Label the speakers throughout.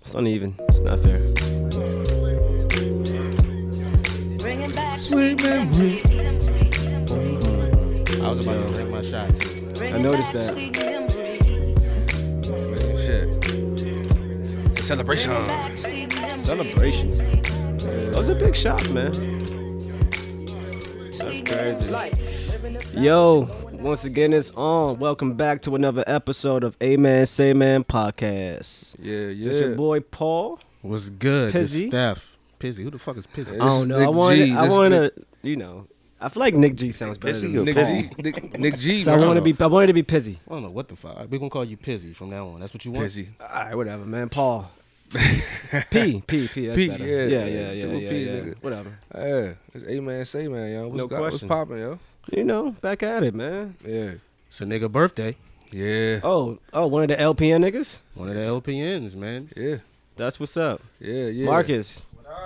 Speaker 1: It's uneven. It's not fair.
Speaker 2: Bringing back
Speaker 3: Sweet memory.
Speaker 4: I was about to drink my shot too.
Speaker 1: I noticed that.
Speaker 4: Man, shit. It's a celebration.
Speaker 1: Celebration. Those are big shots, man.
Speaker 2: That's
Speaker 1: crazy. Yo, once again, it's on. Welcome back to another episode of A Man Say Man podcast.
Speaker 4: Yeah, yeah.
Speaker 1: It's your boy Paul.
Speaker 3: What's good?
Speaker 1: Pizzy?
Speaker 3: It's Steph. Pizzy. Who the fuck is Pizzy?
Speaker 1: I
Speaker 4: This
Speaker 1: don't
Speaker 4: is
Speaker 1: know.
Speaker 4: Nick
Speaker 1: I want.
Speaker 4: G.
Speaker 1: I
Speaker 4: This is
Speaker 1: want to. You know. I feel like Nick G sounds better. Than
Speaker 4: Nick Z, Nick, Nick G.
Speaker 1: So I
Speaker 4: bro.
Speaker 1: want to be. I wanted to be Pizzy.
Speaker 3: I don't know what the fuck. We gonna call you Pizzy from now on. That's what you want.
Speaker 4: Pizzy.
Speaker 1: All right, whatever, man. Paul. P P P. That's
Speaker 4: P,
Speaker 1: better.
Speaker 4: yeah,
Speaker 1: yeah,
Speaker 4: man.
Speaker 1: yeah, yeah,
Speaker 4: Double
Speaker 1: yeah,
Speaker 4: P,
Speaker 1: yeah.
Speaker 4: nigga.
Speaker 1: Whatever.
Speaker 4: Yeah, it's A Man Say Man, yo. What's,
Speaker 1: No
Speaker 4: got- what's
Speaker 1: question.
Speaker 4: popping, yo?
Speaker 1: You know, back at it, man.
Speaker 4: Yeah.
Speaker 3: It's a nigga birthday.
Speaker 4: Yeah.
Speaker 1: Oh, oh, one of the LPN niggas.
Speaker 3: One of the LPNs, man.
Speaker 4: Yeah.
Speaker 1: That's what's up,
Speaker 4: Yeah, yeah.
Speaker 1: Marcus.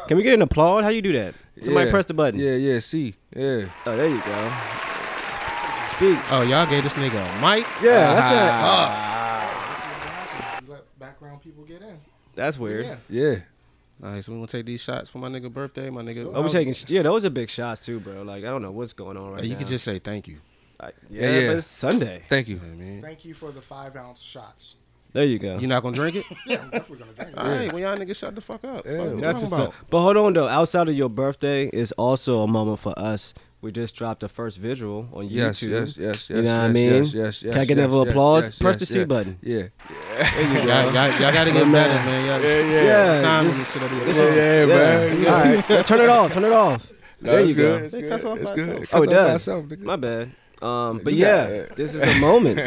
Speaker 1: Can we get an applaud? How you do that? Somebody
Speaker 4: Yeah.
Speaker 1: press the button.
Speaker 4: Yeah, yeah, see. Yeah.
Speaker 1: Oh, there you go. Speak.
Speaker 3: Oh, y'all gave this nigga a mic.
Speaker 1: Yeah, that's, not-
Speaker 5: let background people get in.
Speaker 1: Ah. that's weird.
Speaker 5: Yeah.
Speaker 4: Yeah.
Speaker 3: All right, so we gonna take these shots for my nigga birthday. My nigga.
Speaker 1: Oh, we taking. sh- Yeah, those are big shots too, bro. Like I don't know what's going on right
Speaker 3: Hey, you
Speaker 1: now.
Speaker 3: could just say thank you.
Speaker 1: Like, yeah,
Speaker 4: Yeah, yeah.
Speaker 1: but it's Sunday.
Speaker 4: Thank you.
Speaker 3: You know what I mean,
Speaker 5: Thank you for the five ounce shots.
Speaker 1: There you go.
Speaker 3: you not gonna drink it?
Speaker 5: Yeah, I'm definitely gonna drink
Speaker 3: All
Speaker 5: it.
Speaker 3: right, when y'all niggas shut the fuck up.
Speaker 4: Yeah,
Speaker 3: Fuck you
Speaker 1: That's
Speaker 3: talking
Speaker 1: what's
Speaker 3: about?
Speaker 1: up. But hold on though. Outside of your birthday is also a moment for us. We just dropped the first visual on YouTube.
Speaker 4: Yes, yes, yes, yes.
Speaker 1: You know what I
Speaker 4: yes,
Speaker 1: mean?
Speaker 4: Yes, yes, yes.
Speaker 1: Can I get
Speaker 4: yes,
Speaker 1: another
Speaker 4: yes,
Speaker 1: applause?
Speaker 4: yes,
Speaker 1: Press
Speaker 4: yes,
Speaker 1: the C
Speaker 4: yes.
Speaker 1: button.
Speaker 4: Yeah.
Speaker 1: There you
Speaker 3: Y'all, y'all,
Speaker 1: go.
Speaker 3: y'all gotta get better, man. Y'all,
Speaker 4: Yeah,
Speaker 1: yeah.
Speaker 3: Time
Speaker 1: This-
Speaker 3: and shit up here.
Speaker 4: This is- yeah, man.
Speaker 1: All right. Turn it off. Turn it off.
Speaker 4: No,
Speaker 1: there
Speaker 4: it's
Speaker 1: you
Speaker 4: good,
Speaker 1: go.
Speaker 4: It's
Speaker 3: It
Speaker 4: good.
Speaker 3: cuts off
Speaker 4: it's
Speaker 3: by
Speaker 4: good.
Speaker 3: itself.
Speaker 4: It cuts
Speaker 1: Oh,
Speaker 4: off
Speaker 1: it
Speaker 4: by
Speaker 1: does.
Speaker 4: itself, nigga.
Speaker 1: My bad. Um, but
Speaker 4: You got
Speaker 1: yeah,
Speaker 4: it.
Speaker 1: this is a moment.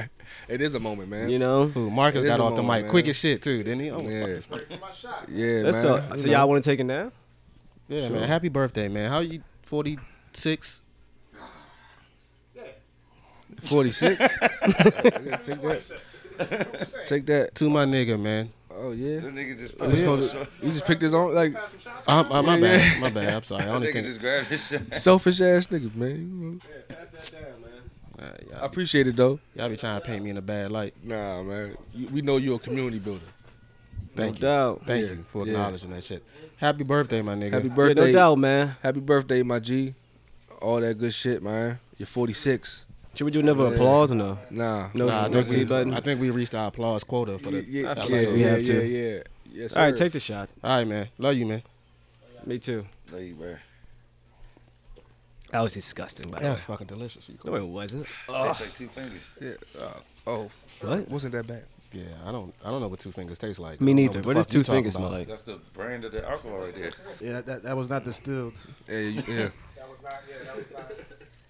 Speaker 4: It is a moment, man.
Speaker 1: You know.
Speaker 3: Ooh, Marcus
Speaker 4: It is
Speaker 3: got
Speaker 4: a
Speaker 3: off the
Speaker 4: moment,
Speaker 3: mic
Speaker 4: man.
Speaker 3: quick as shit too, didn't he? Oh,
Speaker 4: Yeah.
Speaker 3: fuck this mic.
Speaker 5: For my shot.
Speaker 4: Yeah,
Speaker 1: That's
Speaker 4: man.
Speaker 1: all.
Speaker 4: You
Speaker 1: So
Speaker 4: know.
Speaker 1: y'all want to take it now?
Speaker 3: Yeah,
Speaker 4: Sure.
Speaker 3: man. Happy birthday, man. How you 46?
Speaker 4: 46. take that. Take that.
Speaker 3: To my nigga, man.
Speaker 4: Oh yeah. This nigga just You just picked his own like
Speaker 3: Um, uh, my
Speaker 4: Yeah,
Speaker 3: bad. My bad. I'm sorry. I only think.
Speaker 4: selfish ass niggas, man. You know. I
Speaker 3: Uh, y'all, be,
Speaker 4: appreciate it though.
Speaker 3: y'all be trying to paint me in a bad light.
Speaker 4: Nah, man. You, we know you're a community builder.
Speaker 3: Thank
Speaker 1: no
Speaker 3: you.
Speaker 1: doubt.
Speaker 3: Thank
Speaker 4: Yeah,
Speaker 3: you for
Speaker 4: yeah.
Speaker 3: acknowledging that shit. Happy birthday, my nigga.
Speaker 4: Happy
Speaker 1: Yeah,
Speaker 4: birthday.
Speaker 1: no doubt, man.
Speaker 4: Happy birthday, my G. All that good shit, man. You're 46.
Speaker 1: Should we do another
Speaker 4: Yeah.
Speaker 1: applause or no?
Speaker 4: Nah.
Speaker 1: No,
Speaker 3: Nah, I,
Speaker 1: no
Speaker 3: think
Speaker 1: C
Speaker 3: we,
Speaker 1: button.
Speaker 3: I think we reached our applause quota for
Speaker 4: Yeah, yeah,
Speaker 3: the. that
Speaker 4: yeah,
Speaker 3: episode.
Speaker 1: we
Speaker 4: yeah,
Speaker 1: have
Speaker 4: yeah,
Speaker 1: to.
Speaker 4: yeah. Yes,
Speaker 1: All right,
Speaker 4: sir.
Speaker 1: take the shot.
Speaker 3: All right, man. Love you, man.
Speaker 1: Me too. That was disgusting. By the
Speaker 3: That
Speaker 1: way.
Speaker 3: was fucking delicious. You
Speaker 1: No,
Speaker 3: cool.
Speaker 1: it wasn't.
Speaker 4: Oh,
Speaker 1: What?
Speaker 4: wasn't that bad?
Speaker 3: Yeah, I don't. I don't know what two fingers taste like.
Speaker 1: Me
Speaker 3: I don't know
Speaker 1: neither.
Speaker 3: the
Speaker 1: What
Speaker 3: fuck
Speaker 1: does
Speaker 3: you
Speaker 1: two
Speaker 3: talking
Speaker 1: fingers smell
Speaker 3: about.
Speaker 1: like?
Speaker 6: That's the brand of the alcohol right there.
Speaker 5: Yeah, that, that was not distilled.
Speaker 4: Yeah, you, yeah.
Speaker 5: That was not. Yeah, that was not.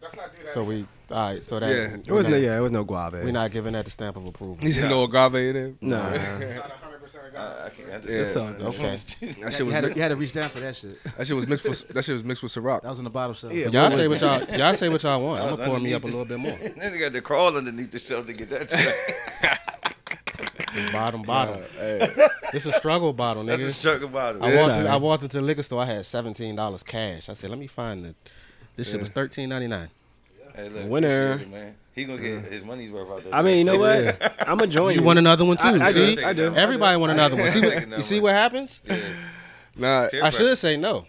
Speaker 5: Let's not do that.
Speaker 3: So we. All right. So that.
Speaker 4: Yeah.
Speaker 3: we're
Speaker 1: It was no,
Speaker 3: not-
Speaker 1: yeah, it was no guava.
Speaker 3: We're not giving that the stamp of approval.
Speaker 4: You said no agave in it.
Speaker 1: Nah.
Speaker 5: It's not 100% agave.
Speaker 6: I can't. I just,
Speaker 4: Yeah.
Speaker 1: It's all good.
Speaker 3: Okay.
Speaker 4: That shit
Speaker 5: you,
Speaker 4: was
Speaker 5: had to,
Speaker 4: mi-
Speaker 5: you had to reach down for that shit.
Speaker 4: that shit was mixed with that shit was mixed with Ciroc.
Speaker 5: That was in the bottle shelf.
Speaker 1: Yeah.
Speaker 3: Y'all
Speaker 1: What
Speaker 3: say
Speaker 1: was
Speaker 3: what y'all. Y'all say what y'all want.
Speaker 6: I
Speaker 3: I'm
Speaker 6: was
Speaker 3: gonna pour me up a
Speaker 6: underneath
Speaker 3: little bit more.
Speaker 6: then they got to crawl underneath the shelf to get that. Track.
Speaker 3: Bottom, bottom. It's a struggle bottle,
Speaker 6: That's a
Speaker 3: nigga.
Speaker 6: struggle bottle.
Speaker 3: I
Speaker 1: Yeah.
Speaker 3: walked,
Speaker 1: Sorry.
Speaker 3: I walked into the liquor store. I had seventeen dollars cash. I said, "Let me find the." This shit was thirteen ninety nine.
Speaker 6: Hey, look,
Speaker 1: Winner.
Speaker 6: appreciate it, man. He gonna get his money's worth out there.
Speaker 1: I mean, you know what? I'm enjoying
Speaker 3: You want another one too?
Speaker 1: Oh, I, I
Speaker 3: see,
Speaker 1: do. I do.
Speaker 3: everybody want another one. See,
Speaker 6: I'm taking
Speaker 3: what,
Speaker 6: that
Speaker 3: you see
Speaker 6: one.
Speaker 3: what happens?
Speaker 4: Nah,
Speaker 3: I should say no.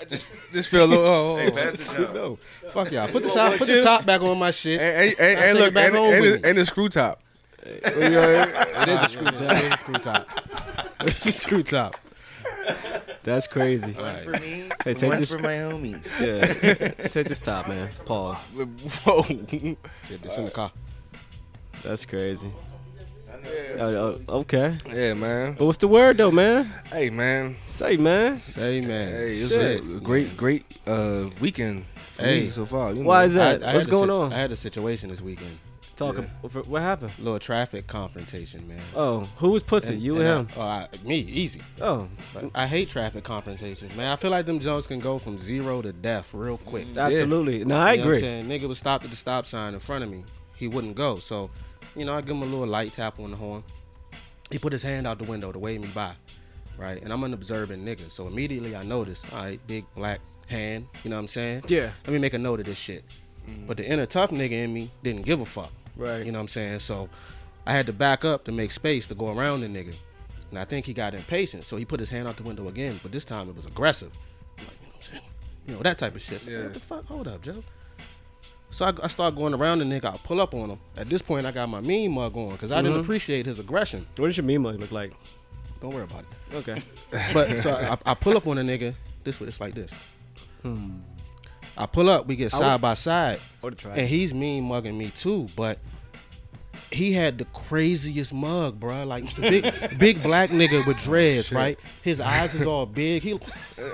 Speaker 4: just feel a little. Oh,
Speaker 6: Hey,
Speaker 4: oh.
Speaker 6: pass the job.
Speaker 3: No, fuck y'all. Put the top, put the top back on my shit.
Speaker 4: And, and, and, and
Speaker 3: I'll take it
Speaker 4: look,
Speaker 3: back
Speaker 4: and,
Speaker 3: home
Speaker 4: and,
Speaker 3: with
Speaker 4: and,
Speaker 3: me.
Speaker 4: the screw top.
Speaker 1: It is a screw top.
Speaker 3: It is a screw top. It's a screw top.
Speaker 1: That's crazy.
Speaker 6: for me,
Speaker 1: Hey, take
Speaker 6: one
Speaker 1: this.
Speaker 6: for my homies.
Speaker 1: Yeah. Take this top, man. Pause.
Speaker 4: Whoa.
Speaker 3: Get this in the car.
Speaker 1: That's crazy. Oh, oh, okay.
Speaker 4: Yeah, man.
Speaker 1: But what's the word though, man?
Speaker 4: Hey, man.
Speaker 1: Say, man.
Speaker 3: Say man.
Speaker 4: Hey, it's
Speaker 3: Shit.
Speaker 4: a great, great uh, weekend for
Speaker 3: Hey.
Speaker 4: me so far. You
Speaker 1: Why
Speaker 4: know.
Speaker 1: is that?
Speaker 3: I- I had
Speaker 1: What's
Speaker 3: a
Speaker 1: going
Speaker 3: sit-
Speaker 1: on?
Speaker 3: I had a situation this weekend.
Speaker 1: Talk. ab- What happened?
Speaker 3: Little traffic confrontation, man.
Speaker 1: Oh, who was pussy?
Speaker 3: And-
Speaker 1: you and,
Speaker 3: and
Speaker 1: him?
Speaker 3: I- oh, I, me, easy.
Speaker 1: oh,
Speaker 3: But I hate traffic confrontations, man. I feel like them Jones can go from zero to death real quick.
Speaker 1: absolutely. No, I
Speaker 3: You know what I'm
Speaker 1: agree.
Speaker 3: saying? Nigga was stopped at the stop sign in front of me. He wouldn't go. So, you know, I give him a little light tap on the horn. He put his hand out the window to wave me by, right? And I'm an observant nigga. So immediately I noticed, all right, big black hand, you know what I'm saying?
Speaker 1: Yeah. Mm-hmm.
Speaker 3: Let me make a note of this shit. But the inner tough nigga in me didn't give a fuck.
Speaker 1: Right.
Speaker 3: You know what I'm saying? So I had to back up to make space to go around the nigga. And I think he got impatient, so he put his hand out the window again, but this time it was aggressive. Like, you know what I'm saying? You know, that type of shit. So,
Speaker 4: Yeah.
Speaker 3: What the fuck? Hold up, Joe. So I, I start going around the nigga. I pull up on him. At this point, I got my mean mug on because I didn't appreciate his aggression.
Speaker 1: What does your meme look like?
Speaker 3: Don't worry about it.
Speaker 1: Okay.
Speaker 3: But so I, I pull up on a nigga. This way, it's like this. I pull up. We get side by side,
Speaker 1: Or the try.
Speaker 3: and he's mean mugging me too. But he had the craziest mug, bruh. Like it's a big, big black nigga with dreads, right? His eyes is all big. He,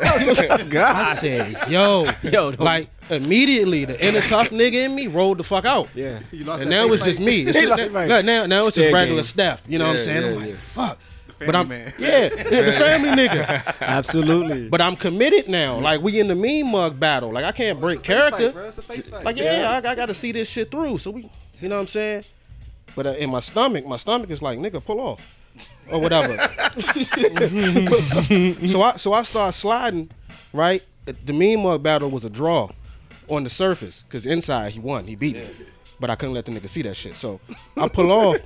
Speaker 3: I said, yo,
Speaker 1: Yo, don't-
Speaker 3: like immediately the inner tough nigga in me rolled the fuck out.
Speaker 1: Yeah.
Speaker 5: You lost
Speaker 3: And
Speaker 5: that
Speaker 3: now
Speaker 5: face
Speaker 3: it's just me. It's
Speaker 1: He
Speaker 3: just-
Speaker 1: like, right.
Speaker 3: now, now, now it's
Speaker 1: Stair
Speaker 3: just regular
Speaker 1: game.
Speaker 3: Steph. You know what I'm
Speaker 4: Yeah,
Speaker 3: saying? I'm
Speaker 4: yeah,
Speaker 3: like,
Speaker 4: yeah.
Speaker 3: fuck.
Speaker 5: family
Speaker 3: but I'm,
Speaker 5: man.
Speaker 3: yeah, yeah, the family nigga.
Speaker 1: Absolutely.
Speaker 3: But I'm committed now. Like we in the mean mug battle. Like I can't break character.
Speaker 5: fight, bro. It's a face fight.
Speaker 3: Like yeah, I, I got to see this shit through. So we, you know what I'm saying? But uh, in my stomach, my stomach is like nigga, pull off or whatever. so I so I start sliding. Right, the mean mug battle was a draw on the surface because inside he won, he beat me. But I couldn't let the nigga see that shit. So I pull off.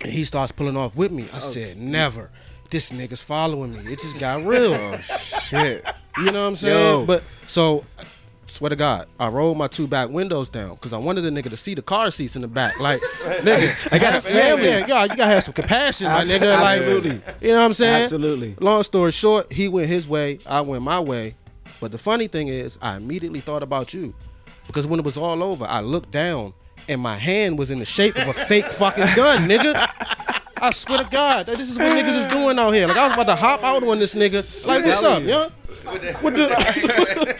Speaker 3: And he starts pulling off with me. I said, never. This nigga's following me. It just got real. shit. You know what I'm saying?
Speaker 1: Yo.
Speaker 3: But so, I swear to God, I rolled my two back windows down because I wanted the nigga to see the car seats in the back. Like, nigga, I got a family. Yeah, yeah, you gotta have some compassion, my
Speaker 1: Abso-
Speaker 3: nigga. Like,
Speaker 1: absolutely.
Speaker 3: You know what I'm saying?
Speaker 1: Absolutely.
Speaker 3: Long story short, he went his way, I went my way. But the funny thing is, I immediately thought about you because when it was all over, I looked down and my hand was in the shape of a fake fucking gun, nigga. I swear to God, that this is what niggas is doing out here. Like I was about to hop out on this nigga. Like, what's up, yo? What the?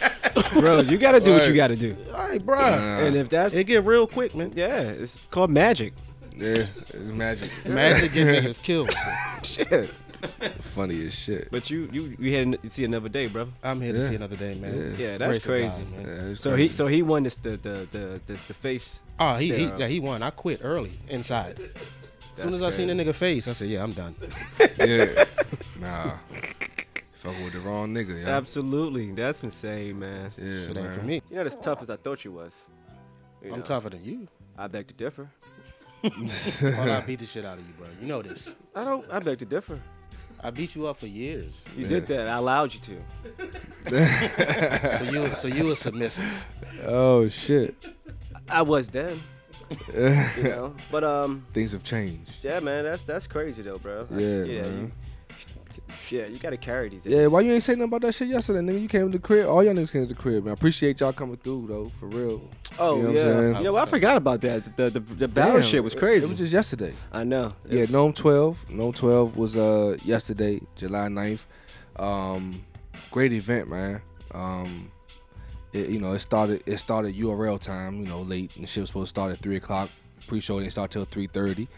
Speaker 1: Bro, you gotta do what you
Speaker 4: Right.
Speaker 1: gotta do.
Speaker 3: All right, bruh.
Speaker 1: And if that's
Speaker 3: Uh-huh. It get real quick, man.
Speaker 1: yeah, it's called magic.
Speaker 4: Yeah, imagine.
Speaker 3: Imagine getting niggas killed.
Speaker 1: Shit.
Speaker 4: Funny as shit.
Speaker 1: But you you you had you see another day, brother.
Speaker 3: I'm here to
Speaker 4: Yeah.
Speaker 3: see another day, man.
Speaker 1: Yeah, that's
Speaker 3: Grace of
Speaker 1: crazy.
Speaker 3: God, man.
Speaker 4: Yeah, it's
Speaker 1: So he
Speaker 4: crazy.
Speaker 1: so he won this the the the the, the face.
Speaker 3: Oh, he he,
Speaker 1: stare up.
Speaker 3: yeah, he won. I quit early inside. As soon as I seen the nigga face, I said, "Yeah, I'm done."
Speaker 4: yeah. Nah. Fucking with the wrong nigga, yo.
Speaker 1: Absolutely, that's insane, man.
Speaker 4: Yeah,
Speaker 3: Shit ain't
Speaker 4: man.
Speaker 3: for me.
Speaker 1: You're not as tough as I thought you was. You
Speaker 3: I'm
Speaker 1: know,
Speaker 3: tougher than you.
Speaker 1: I beg to differ.
Speaker 3: Well, I beat the shit out of you, bro. You know this.
Speaker 1: I don't. I beg to differ.
Speaker 3: I beat you up for years.
Speaker 1: You did that. I allowed you to.
Speaker 3: So you so you were submissive.
Speaker 4: Oh shit.
Speaker 1: I was then. you know, but um,
Speaker 4: Things have changed.
Speaker 1: yeah, man, that's that's crazy though, bro. I-
Speaker 4: Yeah,
Speaker 1: You,
Speaker 4: man.
Speaker 1: yeah, you gotta carry these.
Speaker 4: Yeah, why you ain't say nothing about that shit yesterday, nigga? You came to the crib. All y'all niggas came to the crib, man. I appreciate y'all coming through though, for real.
Speaker 1: Oh
Speaker 4: You know what I'm
Speaker 1: yeah.
Speaker 4: saying?
Speaker 1: You know, I forgot about that. The the, the, the battle
Speaker 4: Damn,
Speaker 1: shit was
Speaker 4: it-
Speaker 1: crazy.
Speaker 4: It, was just yesterday.
Speaker 1: I know. It
Speaker 4: Yeah,
Speaker 1: was-
Speaker 4: Gnome 12. Gnome 12 was uh yesterday, July 9th. Um great event, man. Um it, you know, it started it started URL time, you know, late and shit was supposed to start at three o'clock. Pre-show didn't start till three thirty.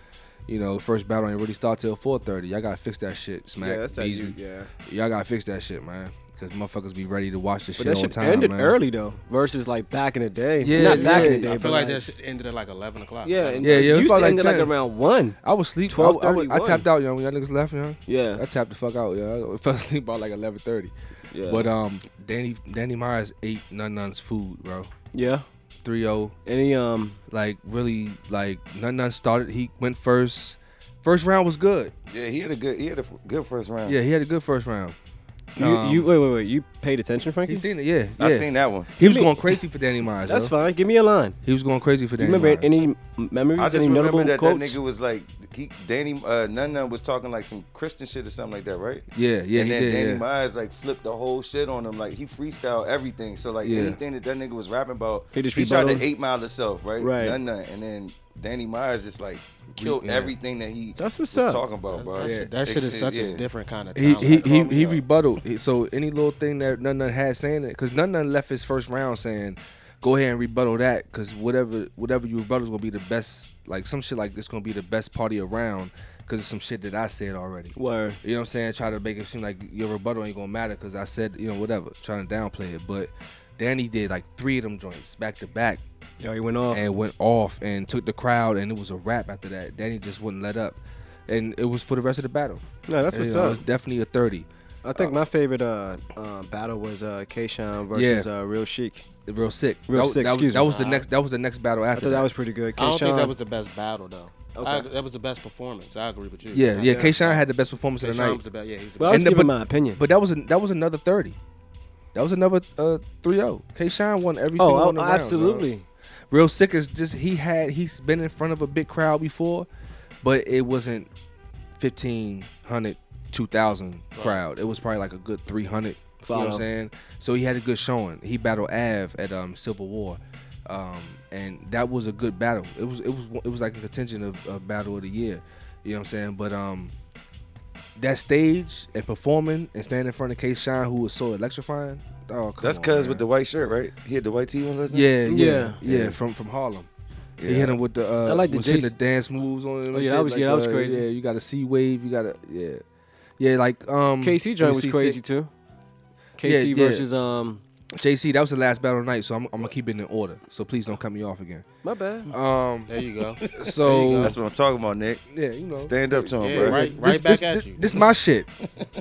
Speaker 4: You know, first battle ain't really start till four thirty. Y'all gotta fix that shit, smack.
Speaker 1: Yeah, that's that.
Speaker 4: Beasley.
Speaker 1: You, yeah.
Speaker 4: Y'all gotta fix that shit, man. Cause motherfuckers be ready to watch the
Speaker 1: But
Speaker 4: shit
Speaker 1: that
Speaker 4: on
Speaker 1: shit
Speaker 4: time,
Speaker 1: ended
Speaker 4: man.
Speaker 1: early though, versus like back in the day.
Speaker 4: Yeah,
Speaker 1: not back in the
Speaker 4: yeah.
Speaker 1: day,
Speaker 4: I
Speaker 3: I
Speaker 1: but
Speaker 3: feel like that shit ended at like 11 o'clock.
Speaker 1: Yeah, and
Speaker 4: Yeah,
Speaker 1: it
Speaker 4: yeah, it was
Speaker 1: used to
Speaker 4: probably like
Speaker 1: end at, like
Speaker 4: 10.
Speaker 1: around one.
Speaker 4: I was sleep. I,
Speaker 1: 12:30,
Speaker 4: I, was- I
Speaker 1: one.
Speaker 4: tapped out, young. When y'all niggas left, young.
Speaker 1: Yeah.
Speaker 4: I tapped the fuck out, yeah. I fell asleep about like eleven thirty.
Speaker 1: Yeah.
Speaker 4: But um, Danny Danny Myers ate Nun Nun's food, bro.
Speaker 1: yeah.
Speaker 4: 3-0.
Speaker 1: Any um.
Speaker 4: like really like Nun Nun started. He went first. First round was good.
Speaker 6: Yeah, he had a good, he had a f- good first
Speaker 1: Oh.
Speaker 6: round.
Speaker 4: Yeah, he had a good first round.
Speaker 1: You,
Speaker 4: Um,
Speaker 1: you wait wait wait. You paid attention, Frankie?
Speaker 4: He seen it, yeah, yeah.
Speaker 6: I seen that one.
Speaker 4: He
Speaker 1: Give
Speaker 4: was
Speaker 1: me-
Speaker 4: going crazy for Danny Myers.
Speaker 1: That's
Speaker 4: bro.
Speaker 1: fine. Give me a line.
Speaker 4: He was going crazy for
Speaker 1: You
Speaker 4: Danny.
Speaker 1: remember
Speaker 4: Myers.
Speaker 1: any m- memories?
Speaker 6: I just
Speaker 1: any
Speaker 6: remember
Speaker 1: notable
Speaker 6: that
Speaker 1: quotes?
Speaker 6: that nigga was like, he, Danny, uh, Nana was talking like some Christian shit or something like that, right?
Speaker 4: Yeah, yeah,
Speaker 6: and
Speaker 4: he
Speaker 6: then
Speaker 4: did.
Speaker 6: Danny
Speaker 4: yeah.
Speaker 6: Myers like flipped the whole shit on him. Like he freestyled everything. So like
Speaker 4: Yeah.
Speaker 6: anything that that nigga was rapping about,
Speaker 1: He just
Speaker 6: tried
Speaker 1: rebutted?
Speaker 6: to eight mile himself, right?
Speaker 1: Right.
Speaker 6: None, none. And then Danny Myers just like killed
Speaker 4: yeah.
Speaker 6: everything that he
Speaker 1: That's what's
Speaker 6: was
Speaker 1: up.
Speaker 6: talking about, bro.
Speaker 3: That, shit, that shit is
Speaker 6: Ex-
Speaker 3: such
Speaker 6: yeah.
Speaker 3: a different kind of
Speaker 4: He
Speaker 3: talent.
Speaker 4: he he,
Speaker 6: call me
Speaker 4: he
Speaker 6: out.
Speaker 4: rebutted. He- So any little thing that Nun Nun had saying it, because Nun Nun left his first round saying, "Go ahead and rebuttal that," because whatever whatever you rebuttal is gonna be the best. Like some shit like this gonna be the best party around because it's some shit that I said already.
Speaker 1: Word.
Speaker 4: You know what I'm saying? Try to make it seem like your rebuttal ain't gonna matter because I said you know whatever. Trying to downplay it, but Danny did like three of them joints back to back
Speaker 1: Yo, he went off.
Speaker 4: and went off and took the crowd and it was a wrap after that. Danny just wouldn't let up, and it was for the rest of the battle.
Speaker 1: no, that's
Speaker 4: You
Speaker 1: what's
Speaker 4: know, It
Speaker 1: up.
Speaker 4: was definitely a thirty.
Speaker 1: I think my favorite uh, uh battle was uh Kayshawn versus uh Real Chic.
Speaker 4: real sick.
Speaker 1: Real
Speaker 4: that,
Speaker 1: sick,
Speaker 4: That,
Speaker 1: excuse
Speaker 4: was, that
Speaker 1: me.
Speaker 4: was the next. That was the next battle
Speaker 1: I
Speaker 4: after.
Speaker 1: thought that was pretty good.
Speaker 3: I don't think
Speaker 1: Kayshawn-
Speaker 3: that was the best battle though. I,
Speaker 1: Okay.
Speaker 3: ag- that was the best performance. I agree with you.
Speaker 4: Yeah, yeah.
Speaker 3: K.
Speaker 4: Kayshawn had the best performance of the night.
Speaker 3: was the best. Yeah, he was the
Speaker 1: Well, I was
Speaker 4: And the-
Speaker 1: giving
Speaker 4: but-
Speaker 1: my opinion.
Speaker 4: But that was an that was another thirty. That was another uh 3-0. Kayshawn won every single
Speaker 1: oh,
Speaker 4: one.
Speaker 1: I-
Speaker 4: of the rounds,
Speaker 1: absolutely.
Speaker 4: dog. Real sick is just he had he's been in front of a big crowd before, but it wasn't 1500 2000 crowd. It was probably like a good 300. You know what
Speaker 1: Follow.
Speaker 4: I'm saying? So he had a good showing. He battled Av at um Civil War. Um and that was a good battle. It was it was it was like a contention of, of battle of the year. You know what I'm saying? But um that stage and performing and standing in front of K Shine, who was so electrifying. Oh, come
Speaker 6: That's
Speaker 4: on,
Speaker 6: cuz
Speaker 4: man.
Speaker 6: with the white shirt, right? He had the white tee on last night.
Speaker 4: yeah, yeah,
Speaker 1: Yeah.
Speaker 4: yeah,
Speaker 6: Yeah.
Speaker 4: from from Harlem. He
Speaker 6: Yeah.
Speaker 4: hit him with the uh,
Speaker 1: I like the
Speaker 4: was hitting
Speaker 1: Jason-
Speaker 4: the dance moves on him. and
Speaker 1: Oh, yeah,
Speaker 4: shit,
Speaker 1: that was-
Speaker 4: like,
Speaker 1: yeah, that was
Speaker 4: uh,
Speaker 1: crazy.
Speaker 4: Yeah, you got a C wave. You got a yeah, yeah. Like um,
Speaker 1: KC
Speaker 4: let me
Speaker 1: joint was
Speaker 4: see,
Speaker 1: crazy
Speaker 4: six-
Speaker 1: too. KC
Speaker 4: yeah.
Speaker 1: versus um.
Speaker 4: JC, that was the last battle of the night, so I'm, I'm gonna keep it in order. So please don't cut me off again.
Speaker 1: My bad.
Speaker 4: Um,
Speaker 3: There you go.
Speaker 4: so
Speaker 6: That's what I'm talking about, Nick.
Speaker 4: yeah, you know,
Speaker 6: Stand up to him,
Speaker 3: Yeah,
Speaker 6: bro.
Speaker 3: right,
Speaker 4: This-
Speaker 3: right back
Speaker 4: this,
Speaker 3: at
Speaker 4: this,
Speaker 3: you.
Speaker 4: This my shit.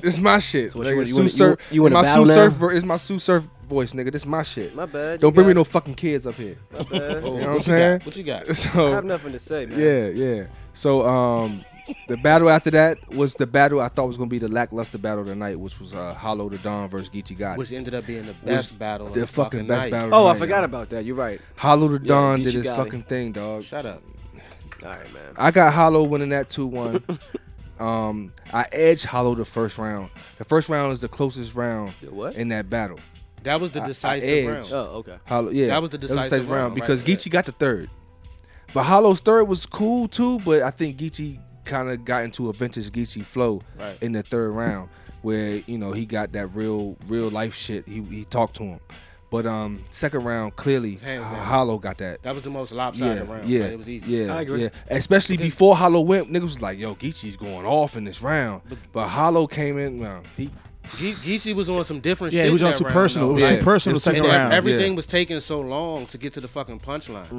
Speaker 4: This my shit.
Speaker 1: So what,
Speaker 4: nigga.
Speaker 1: you wanna- you
Speaker 4: Sue
Speaker 1: wanna- you
Speaker 4: Surf-
Speaker 1: wanna- you wanna
Speaker 4: my
Speaker 1: battle
Speaker 4: Sue
Speaker 1: now?
Speaker 4: Surf ver- is my Sue Surf voice, nigga. This my shit.
Speaker 1: My bad.
Speaker 4: Don't
Speaker 1: You
Speaker 4: bring me
Speaker 1: got
Speaker 4: no fucking kids up here.
Speaker 1: it. My bad.
Speaker 3: Oh,
Speaker 4: You know what I'm
Speaker 3: what you
Speaker 4: saying?
Speaker 3: got? What you got?
Speaker 1: I have
Speaker 4: So
Speaker 1: nothing to say, man.
Speaker 4: yeah, yeah. So um, the battle after that was the battle I thought was gonna be the lackluster battle of the night, which was uh, Hollow the Dawn versus Geechee God.
Speaker 3: Which ended up being the best battle. of
Speaker 4: the fucking best
Speaker 3: night.
Speaker 4: battle. of the
Speaker 1: Oh, I
Speaker 4: night,
Speaker 1: forgot
Speaker 4: yo.
Speaker 1: about that. You're right.
Speaker 4: Hollow the Dawn
Speaker 1: Geechee
Speaker 4: did his
Speaker 1: Gotti.
Speaker 4: fucking thing, dog.
Speaker 3: Shut up.
Speaker 1: All right, man.
Speaker 4: I got Hollow winning that 2 1. um, I edged Hollow the first round. The first round is the closest round
Speaker 1: The what?
Speaker 4: in that battle.
Speaker 3: That was
Speaker 4: I-
Speaker 3: the
Speaker 4: I
Speaker 3: decisive
Speaker 4: edged.
Speaker 3: round.
Speaker 1: Oh, okay.
Speaker 4: Hollow, yeah,
Speaker 3: That was the decisive round, right,
Speaker 4: because
Speaker 3: right.
Speaker 4: Geechee got the third. But Hollow's third was cool too, but I think Geechee kind of got into a vintage Geechee flow
Speaker 3: Right.
Speaker 4: in the third round, where you know he got that real real life shit. He he talked to him, but um second round clearly
Speaker 3: Hands down.
Speaker 4: Hollow got that.
Speaker 3: That was the most lopsided
Speaker 4: yeah,
Speaker 3: round.
Speaker 4: yeah,
Speaker 3: Like, it was easy.
Speaker 4: yeah,
Speaker 1: I agree.
Speaker 4: yeah. Especially before Hollow went, niggas was like, "Yo, Geechee's going off in this round," but, Hollow came in. Well, he
Speaker 3: Ge- Geechee was on some different
Speaker 7: Yeah,
Speaker 3: shit.
Speaker 7: it was
Speaker 3: in
Speaker 7: all
Speaker 3: that
Speaker 7: too
Speaker 3: round,
Speaker 7: personal. It
Speaker 3: though.
Speaker 7: was
Speaker 4: Yeah.
Speaker 7: too personal
Speaker 4: It
Speaker 7: the
Speaker 4: was
Speaker 7: second
Speaker 4: too-
Speaker 3: And
Speaker 7: round.
Speaker 3: everything was taking so long to get to the fucking punchline.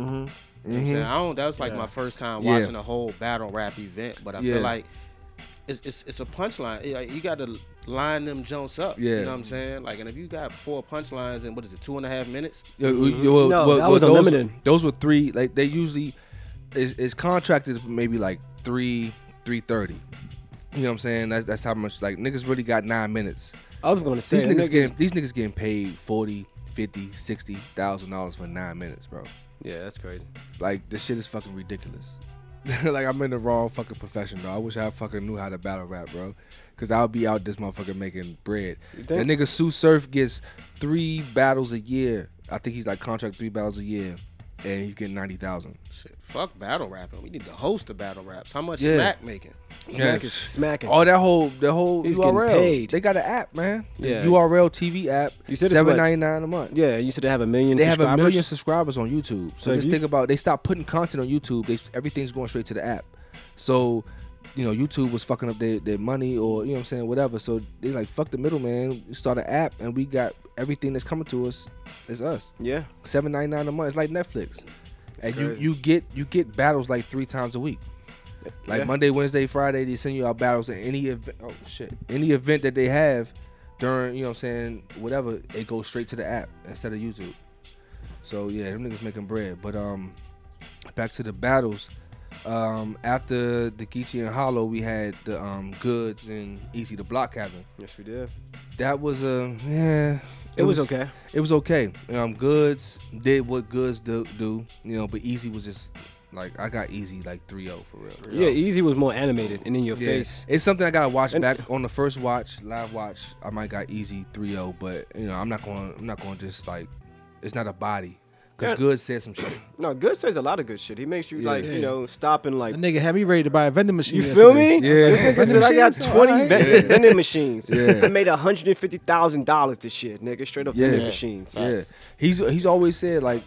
Speaker 3: You know what I'm saying? I don't, that was like my first time
Speaker 4: Mm-hmm. Yeah.
Speaker 3: watching a whole battle rap event, but I
Speaker 4: Yeah.
Speaker 3: feel like it's, it's, it's a punchline. Yeah, You got to line them jumps up. You
Speaker 4: Yeah.
Speaker 3: know what I'm saying? Like, and if you got four punchlines in what is it, two and a half minutes?
Speaker 4: Yeah, we- well,
Speaker 1: No,
Speaker 4: well,
Speaker 1: that
Speaker 4: well,
Speaker 1: was
Speaker 4: those,
Speaker 1: unlimited.
Speaker 4: Those were three. Like they usually is is contracted maybe like three three thirty. You know what I'm saying? That's that's how much like niggas really got nine minutes.
Speaker 1: I was gonna say
Speaker 4: These niggas,
Speaker 1: niggas-
Speaker 4: getting these niggas getting paid 40, 50, 60 thousand dollars for nine minutes, bro.
Speaker 1: Yeah, that's crazy.
Speaker 4: Like this shit is fucking ridiculous. like I'm in the wrong fucking profession, though. I wish I fucking knew how to battle rap, bro. Cause I'll be out this motherfucker making bread.
Speaker 1: You
Speaker 4: That
Speaker 1: think?
Speaker 4: nigga Sue Surf gets three battles a year. I think he's like contract three battles a year, and he's getting ninety thousand.
Speaker 3: Shit, fuck battle rapping. We need to host the battle raps. How much
Speaker 4: Yeah.
Speaker 3: smack making?
Speaker 1: Smack
Speaker 4: Yeah.
Speaker 1: is smacking.
Speaker 4: Oh, that whole the whole
Speaker 1: He's getting
Speaker 4: URL.
Speaker 1: paid.
Speaker 4: They got an app, man. The
Speaker 1: Yeah.
Speaker 4: URL TV app.
Speaker 1: You said it's what-
Speaker 4: seven ninety nine a month.
Speaker 1: yeah, you said they have a million.
Speaker 4: They have a
Speaker 1: subscribers?
Speaker 4: million subscribers on YouTube. So,
Speaker 1: So if
Speaker 4: just
Speaker 1: you-
Speaker 4: think about they stopped putting content on YouTube. They everything's going straight to the app. So, you know, YouTube was fucking up their, their money or you know what I'm saying, whatever. So they like fuck the middleman. We start an app and we got everything that's coming to us is us.
Speaker 1: Yeah,
Speaker 4: Seven ninety nine a month. It's like Netflix. and
Speaker 1: crazy.
Speaker 4: you you get you get battles like three times a week. Like
Speaker 1: Yeah.
Speaker 4: Monday, Wednesday, Friday, they send you out battles at any event. Oh shit! Any event that they have during, you know, what I'm saying whatever, it goes straight to the app instead of YouTube. So yeah, them niggas making bread. But um, back to the battles. Um, after the Geechee and Hollow, we had the um Goods and Easy to Block having.
Speaker 1: yes we did.
Speaker 4: That was a yeah.
Speaker 1: It was okay.
Speaker 4: It was okay. Um, Goods did what Goods do, do, you know, but Easy was just like I got Easy like 3-0 for real.
Speaker 1: Yeah, Easy was more animated and in your oh. face.
Speaker 4: It's something I gotta watch
Speaker 1: And-
Speaker 4: back on the first watch, live watch. I might got Easy 3-0, but you know I'm not going. I'm not going to just like. It's not a body because
Speaker 1: Yeah.
Speaker 4: Goods said some shit.
Speaker 1: No, Good says a lot of good shit. He makes you
Speaker 4: Yeah.
Speaker 1: like you know stop and like
Speaker 7: That nigga had me ready to buy a vending machine.
Speaker 1: You feel
Speaker 7: yesterday.
Speaker 1: me?
Speaker 4: Yeah.
Speaker 1: This nigga said I got
Speaker 7: Machines,
Speaker 1: twenty
Speaker 7: alright.
Speaker 1: ven- vending machines.
Speaker 4: Yeah.
Speaker 1: I made hundred and fifty thousand dollars this shit, nigga. Straight up vending machines.
Speaker 4: Yeah, he's he's always said like,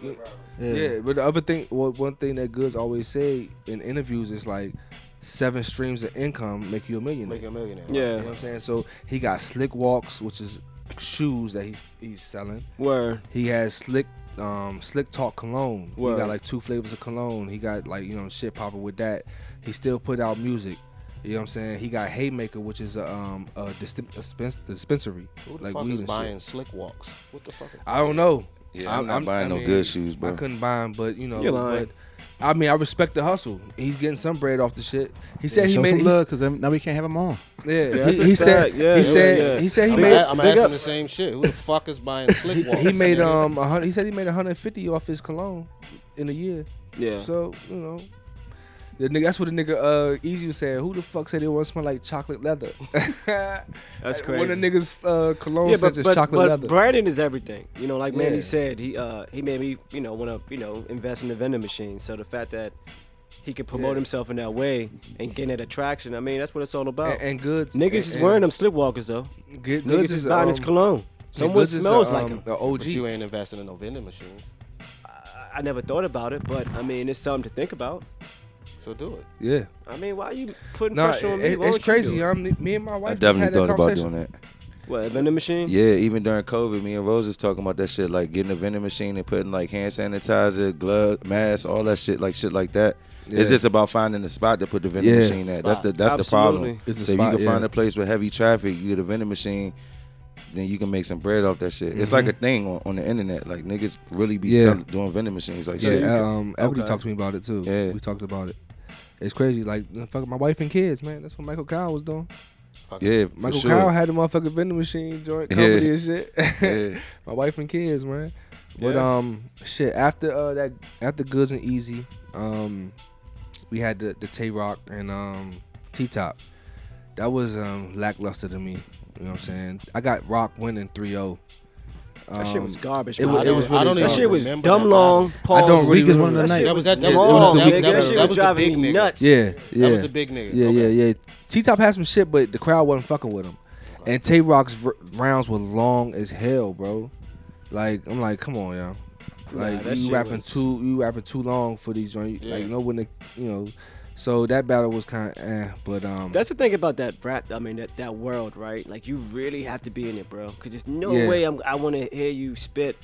Speaker 4: yeah. But the other thing, well, one thing that Goods always say in interviews is like, seven streams of income make you a millionaire.
Speaker 3: Make a millionaire.
Speaker 4: You know
Speaker 1: Yeah.
Speaker 4: what I'm saying? So he got slick walks, which is shoes that he's he's selling.
Speaker 1: Word.
Speaker 4: He has slick um slick talk cologne. He
Speaker 1: Word.
Speaker 4: got like two flavors of cologne. He got like, you know, shit popping with that. He still put out music. You know what I'm saying? He got Haymaker, which is a um a, dis- a spens- dispensary.
Speaker 3: Who the
Speaker 4: like
Speaker 3: fuck
Speaker 4: weed
Speaker 3: is
Speaker 4: and
Speaker 3: buying
Speaker 4: shit.
Speaker 3: slick walks? What the fuck?
Speaker 4: I don't know.
Speaker 6: Yeah, I'm not buying no good shoes, bro.
Speaker 4: I couldn't buy them, but you know,
Speaker 1: You're lying.
Speaker 4: but I mean, I respect the hustle. He's getting some bread off the shit. He said he
Speaker 7: show
Speaker 4: made
Speaker 7: some
Speaker 4: he-
Speaker 7: love because now we can't have him on.
Speaker 4: Yeah,
Speaker 1: that's
Speaker 4: he,
Speaker 1: a
Speaker 4: he
Speaker 1: fact.
Speaker 4: said.
Speaker 1: Yeah,
Speaker 4: he
Speaker 1: yeah,
Speaker 4: said.
Speaker 1: yeah.
Speaker 4: He said he
Speaker 3: I'm,
Speaker 4: made.
Speaker 3: a- I'm
Speaker 1: big
Speaker 3: asking
Speaker 1: up.
Speaker 3: the same shit. Who the fuck is buying slick walks?
Speaker 4: he made
Speaker 3: nigga?
Speaker 4: um a hundred. He said he made a hundred fifty off his cologne in a year.
Speaker 1: Yeah.
Speaker 4: So you know, the nigga. That's what the nigga uh Easy was saying. Who the fuck said it want to smell like chocolate leather?
Speaker 1: That's
Speaker 4: Like,
Speaker 1: crazy.
Speaker 4: One of the niggas uh, cologne
Speaker 1: yeah,
Speaker 4: says
Speaker 1: but,
Speaker 4: it's
Speaker 1: but,
Speaker 4: chocolate
Speaker 1: but
Speaker 4: leather.
Speaker 1: branding is everything. You know, like Manny
Speaker 4: Yeah.
Speaker 1: said, he uh he made me you know want to you know invest in the vending machine. So the fact that he could promote
Speaker 4: Yeah.
Speaker 1: himself in that way and gain that attraction, I mean, that's what it's all about.
Speaker 4: and, and goods.
Speaker 1: Niggas
Speaker 4: and,
Speaker 1: is wearing them slipwalkers though.
Speaker 4: them. Goods,
Speaker 1: Niggas is buying his
Speaker 4: um,
Speaker 1: cologne.
Speaker 4: yeah,
Speaker 1: Someone
Speaker 4: Goods is a,
Speaker 1: smells like
Speaker 4: um,
Speaker 1: him.
Speaker 4: a OG.
Speaker 3: But you ain't investing in no vending machines,
Speaker 1: I never thought about it, but I mean, it's something to think about.
Speaker 3: so do it.
Speaker 4: yeah.
Speaker 1: I mean, why are you putting
Speaker 4: Nah,
Speaker 1: pressure on me?
Speaker 4: it-
Speaker 1: Why
Speaker 4: it's
Speaker 1: don't you do
Speaker 4: crazy.
Speaker 1: it?
Speaker 4: I'm, me and my wife
Speaker 6: I
Speaker 4: just had
Speaker 6: definitely
Speaker 4: that
Speaker 6: thought about
Speaker 4: conversation.
Speaker 6: doing that.
Speaker 1: What a vending machine?
Speaker 6: Yeah, even during COVID, me and Rose was talking about that shit, like getting a vending machine and putting like hand sanitizer, glove, mask, all that shit, like shit like that.
Speaker 4: Yeah.
Speaker 6: It's just about finding the spot to put the vending
Speaker 4: Yeah.
Speaker 6: machine at. That's the that's the problem.
Speaker 1: Absolutely.
Speaker 4: It's a
Speaker 6: so if
Speaker 4: spot,
Speaker 6: you can
Speaker 4: yeah.
Speaker 6: find a place with heavy traffic, you get a vending machine, then you can make some bread off that shit. It's like a thing on, on the internet. Like niggas really be
Speaker 4: Mm-hmm. Yeah.
Speaker 6: selling, doing vending machines like
Speaker 4: Yeah,
Speaker 6: that.
Speaker 4: um, Ebony
Speaker 1: okay.
Speaker 4: talked to me about it too.
Speaker 6: Yeah.
Speaker 4: we talked about it. It's crazy, like fucking my wife and kids, man. That's what Michael Kyle was doing.
Speaker 6: yeah, for
Speaker 4: Michael
Speaker 6: sure.
Speaker 4: Kyle had a motherfucking vending machine joint
Speaker 6: Yeah.
Speaker 4: company and shit.
Speaker 6: Yeah.
Speaker 4: my wife and kids, man. But
Speaker 1: Yeah.
Speaker 4: um, shit. After uh that, after Goods and Easy, um, we had the the Tay Rock and um T Top. That was um lackluster to me. You know what I'm saying? I got Rock winning 3-0.
Speaker 1: That shit was
Speaker 4: Um,
Speaker 1: garbage.
Speaker 4: it
Speaker 1: bro.
Speaker 4: was-
Speaker 1: I
Speaker 4: it
Speaker 1: don't-
Speaker 3: e-
Speaker 4: was really
Speaker 1: I don't even
Speaker 4: dumb.
Speaker 1: That shit was
Speaker 3: remember
Speaker 1: dumb
Speaker 3: that
Speaker 1: long. Pause.
Speaker 4: I don't
Speaker 7: Week
Speaker 4: really
Speaker 7: is one of the
Speaker 4: remember-
Speaker 1: That
Speaker 7: nights.
Speaker 1: shit
Speaker 3: That was that. That,
Speaker 4: It
Speaker 1: long,
Speaker 3: was, that,
Speaker 1: nigga.
Speaker 3: was-
Speaker 1: That
Speaker 3: was-
Speaker 1: shit
Speaker 3: that
Speaker 1: was
Speaker 3: was the
Speaker 1: driving
Speaker 3: big
Speaker 1: me
Speaker 3: nigga.
Speaker 1: nuts.
Speaker 4: Yeah, yeah.
Speaker 3: That was the big nigga.
Speaker 4: Yeah,
Speaker 3: Okay.
Speaker 4: yeah, yeah. T Top had some shit, but the crowd wasn't fucking with him. And Tay Rock's r- rounds were long as hell, bro. Like I'm like, come on, yo.
Speaker 1: Nah,
Speaker 4: Like
Speaker 1: that
Speaker 4: you
Speaker 1: shit
Speaker 4: rapping
Speaker 1: was-
Speaker 4: too, you rapping too long for these joints. Like
Speaker 3: Yeah.
Speaker 4: no one, you know. So that battle was kind of, eh, but um,
Speaker 1: That's the thing about that rap. I mean, that, that world, right? Like, you really have to be in it, bro. Cause there's no
Speaker 4: Yeah.
Speaker 1: way I'm, I want to hear you spit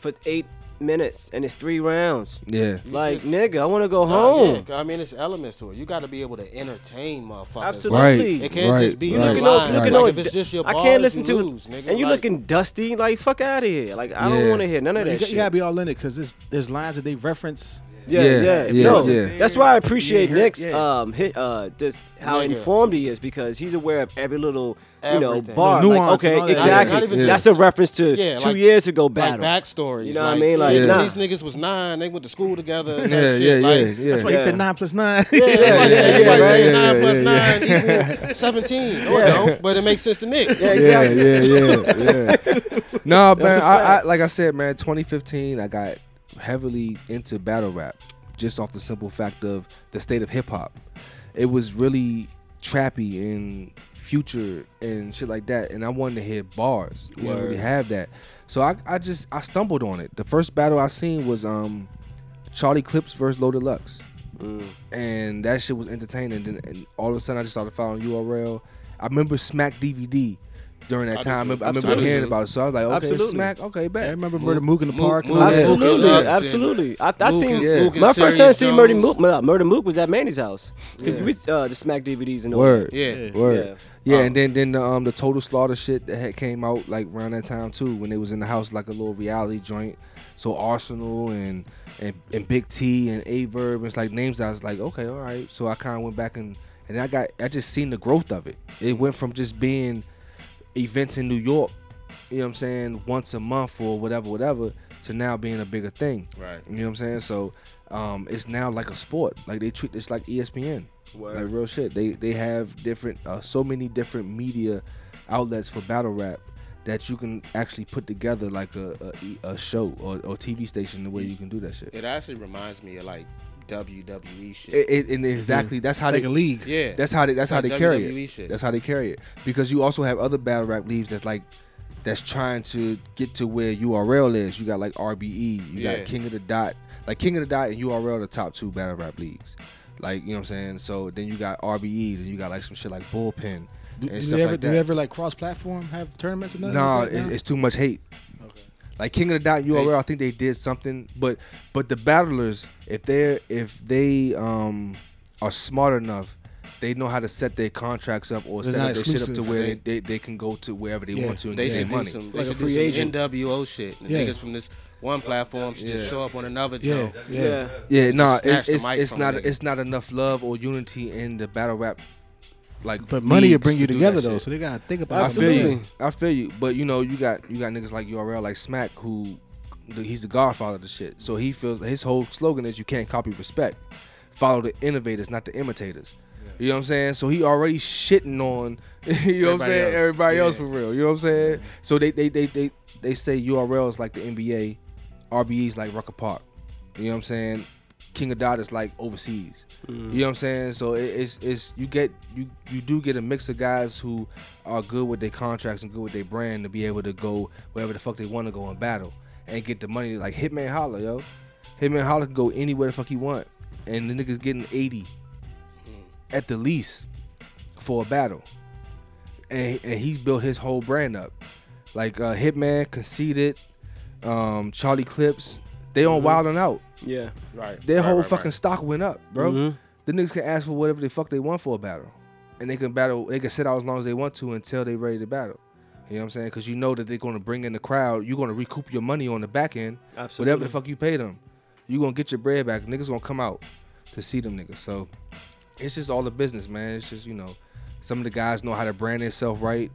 Speaker 1: for eight minutes and it's three rounds.
Speaker 4: yeah,
Speaker 1: Like,
Speaker 3: just-
Speaker 1: nigga, I want to go
Speaker 3: Nah, yeah,
Speaker 1: home.
Speaker 3: I mean, it's elements to it. You got to be able to entertain motherfuckers.
Speaker 1: Absolutely.
Speaker 4: right.
Speaker 3: It can't
Speaker 4: right,
Speaker 3: just be
Speaker 1: You
Speaker 3: Right.
Speaker 1: looking
Speaker 3: Right.
Speaker 1: all, you looking
Speaker 3: Like,
Speaker 1: all
Speaker 3: if it's just your
Speaker 1: I
Speaker 3: bars,
Speaker 1: can't listen
Speaker 3: you
Speaker 1: to
Speaker 3: lose,
Speaker 1: it.
Speaker 3: nigga.
Speaker 1: And you
Speaker 3: Like-
Speaker 1: looking dusty. Like, fuck out of here. Like, I
Speaker 4: Yeah.
Speaker 1: don't want to hear none of that
Speaker 7: You,
Speaker 1: shit.
Speaker 7: gotta be all in it because there's there's lines that they reference.
Speaker 1: Yeah,
Speaker 4: Yeah,
Speaker 1: yeah,
Speaker 4: yeah,
Speaker 1: no,
Speaker 4: yeah.
Speaker 1: that's why I appreciate
Speaker 7: Yeah,
Speaker 1: Nick's
Speaker 7: yeah.
Speaker 1: um hit uh this how
Speaker 3: Nigga.
Speaker 1: informed he is because he's aware of every little you know
Speaker 3: Everything.
Speaker 1: bar.
Speaker 7: Little
Speaker 1: Like,
Speaker 7: nuance and all
Speaker 1: okay,
Speaker 7: that.
Speaker 1: exactly.
Speaker 3: Not even
Speaker 1: That's a reference to
Speaker 3: Yeah,
Speaker 1: two
Speaker 3: like-
Speaker 1: years ago battle.
Speaker 3: Like backstories.
Speaker 1: You know what I mean? Like,
Speaker 3: yeah.
Speaker 4: nah.
Speaker 3: these niggas was nine. They went to school together. and
Speaker 4: yeah,
Speaker 3: that
Speaker 4: yeah,
Speaker 3: shit,
Speaker 4: yeah,
Speaker 3: like,
Speaker 4: yeah.
Speaker 7: That's why you said nine plus nine.
Speaker 3: Yeah, that's why I
Speaker 1: yeah,
Speaker 3: said- that's why I
Speaker 1: yeah,
Speaker 3: said
Speaker 4: yeah,
Speaker 3: nine
Speaker 4: yeah,
Speaker 3: plus
Speaker 4: yeah,
Speaker 3: nine equals seventeen. No, it don't, but it makes sense to Nick.
Speaker 1: yeah, exactly.
Speaker 4: Yeah, yeah, yeah. no, man.
Speaker 1: That's a
Speaker 4: I, I
Speaker 1: fact.
Speaker 4: like I said, man. 2015, I got heavily into battle rap, just off the simple fact of the state of hip hop. It was really trappy and future and shit like that, and I wanted to hear bars. You didn't really
Speaker 1: Word.
Speaker 4: have that, so I, I just I stumbled on it. The first battle I seen was um, Charlie Clips versus Loaded Lux
Speaker 1: Mm.
Speaker 4: and that shit was entertaining. And, and all of a sudden, I just started following URL. I remember Smack DVD during that
Speaker 3: I do
Speaker 4: time. I
Speaker 3: too.
Speaker 4: remember, I remember
Speaker 1: Absolutely.
Speaker 4: hearing about it, so I was like, okay,
Speaker 1: Absolutely.
Speaker 4: Smack, okay,
Speaker 7: I
Speaker 4: bet.
Speaker 7: remember Murder Mook in the park. and
Speaker 3: Mook-
Speaker 7: all that.
Speaker 3: Mook-
Speaker 1: Absolutely,
Speaker 3: Mook and-
Speaker 1: absolutely. I, I
Speaker 3: Mook
Speaker 1: seen
Speaker 3: and- Mook and
Speaker 1: my first time I
Speaker 3: Serious
Speaker 1: seen Murder
Speaker 3: Jones.
Speaker 1: Mook. Uh, Murder Mook was at Manny's house. 'Cause
Speaker 4: Yeah.
Speaker 1: We was, uh, the Smack DVDs and all.
Speaker 4: Word,
Speaker 3: Yeah.
Speaker 4: word, yeah.
Speaker 3: Yeah.
Speaker 4: and then then the, um the total slaughter shit that had came out like around that time too, when they was in the house like a little reality joint. So Arsenal and and, and Big T and A Verb, it's like names. I was like, okay, all right. So I kind of went back and and I got I just seen the growth of it. It went from just being events in New York, you know what I'm saying, once a month or whatever, whatever, to now being a bigger thing.
Speaker 3: Right.
Speaker 4: You know what I'm saying? So um, it's now like a sport. Like they treat this like E ESPN. Like real shit. They they have different uh, so many different media outlets for battle rap that you can actually put together like a a, e- a show or, or TV station the way you can do that shit.
Speaker 3: It actually reminds me of like WWE shit.
Speaker 4: It, it, and exactly that's how
Speaker 7: Like
Speaker 4: they
Speaker 7: a league.
Speaker 3: yeah.
Speaker 4: that's how they. That's how
Speaker 3: Like
Speaker 4: they carry
Speaker 3: WWE
Speaker 4: it.
Speaker 3: shit.
Speaker 4: That's how they carry it. Because you also have other battle rap leagues that's like, that's trying to get to where URL is. You got like RBE. You
Speaker 3: Yeah.
Speaker 4: got King of the Dot. Like King of the Dot and URL are the top two battle rap leagues. Like you know what I'm saying. So then you got RBE. Then you got like some shit like Bullpen
Speaker 7: Do,
Speaker 4: and
Speaker 7: do
Speaker 4: stuff
Speaker 7: they ever
Speaker 4: like
Speaker 7: do they
Speaker 4: that.
Speaker 7: ever like cross platform have tournaments and nothing?
Speaker 4: Nah,
Speaker 7: like that
Speaker 4: it's,
Speaker 7: now?
Speaker 4: it's too much hate. Like King of the Dot and URL, I think they did something, but but the battlers, if they're if they um are smart enough they know how to set their contracts up or
Speaker 7: It's
Speaker 4: set
Speaker 7: not
Speaker 4: up their shit up to
Speaker 7: exclusive.
Speaker 4: where they, they, they can go to wherever they
Speaker 7: Yeah.
Speaker 4: want to and
Speaker 3: They
Speaker 4: get
Speaker 3: should
Speaker 4: their
Speaker 3: do
Speaker 4: money.
Speaker 3: some. They
Speaker 1: Like a
Speaker 3: should
Speaker 1: free
Speaker 3: do some
Speaker 1: agent.
Speaker 3: NWO shit. The
Speaker 7: Yeah.
Speaker 3: niggas from this one platform should just
Speaker 4: Yeah.
Speaker 3: show up on another
Speaker 7: Yeah,
Speaker 3: show.
Speaker 7: yeah.
Speaker 4: Yeah, no,
Speaker 3: snatch the
Speaker 4: it's
Speaker 3: mic
Speaker 4: it's
Speaker 3: from a
Speaker 4: not
Speaker 3: nigga.
Speaker 4: it's not enough love or unity in the battle rap. Like,
Speaker 7: But money will
Speaker 4: leagues
Speaker 7: bring
Speaker 4: to
Speaker 7: you
Speaker 4: do that
Speaker 7: together though,
Speaker 4: shit.
Speaker 7: so they gotta think about.
Speaker 4: I feel you.
Speaker 1: Absolutely.
Speaker 4: I feel you. But you know, you got you got niggas like URL, like Smack, who the- he's the godfather of the shit. So he feels his whole slogan is you can't copy respect. Follow the innovators, not the imitators. You know what I'm saying? So he already shitting on you know what I'm
Speaker 3: Everybody
Speaker 4: saying,
Speaker 3: else.
Speaker 4: everybody else
Speaker 3: Yeah.
Speaker 4: for real. You know what I'm saying? So they they they they, they say URL is like the NBA, RBE is like Rucker Park. You know what I'm saying? King of Dot is like overseas. Mm. You know what I'm saying? So it, it's it's you get you you do get a mix of guys who are good with their contracts and good with their brand to be able to go wherever the fuck they want to go and battle and get the money. Like Hitman Holler, yo, Hitman Holler can go anywhere the fuck he want, and the niggas getting eighty at the least for a battle, and and he's built his whole brand up. Like uh, Hitman, Conceited, um, Charlie Clips, they on Wild and Out.
Speaker 1: Yeah.
Speaker 3: Right.
Speaker 4: Their
Speaker 3: right,
Speaker 4: whole
Speaker 3: right, Mm-hmm.
Speaker 4: fucking
Speaker 3: right.
Speaker 4: stock went up, bro.
Speaker 1: Mhm.
Speaker 4: The niggas can ask for whatever the fuck they want for a battle, and they can battle. They can sit out as long as they want to until they ready to battle. You know what I'm saying? Because you know that they're gonna bring in the crowd. You're gonna recoup your money on the back end,
Speaker 1: Absolutely.
Speaker 4: whatever the fuck you pay them. You gonna get your bread back. Niggas gonna come out to see them niggas. So it's just all the business, man. It's just you know, some of the guys know how to brand themselves right,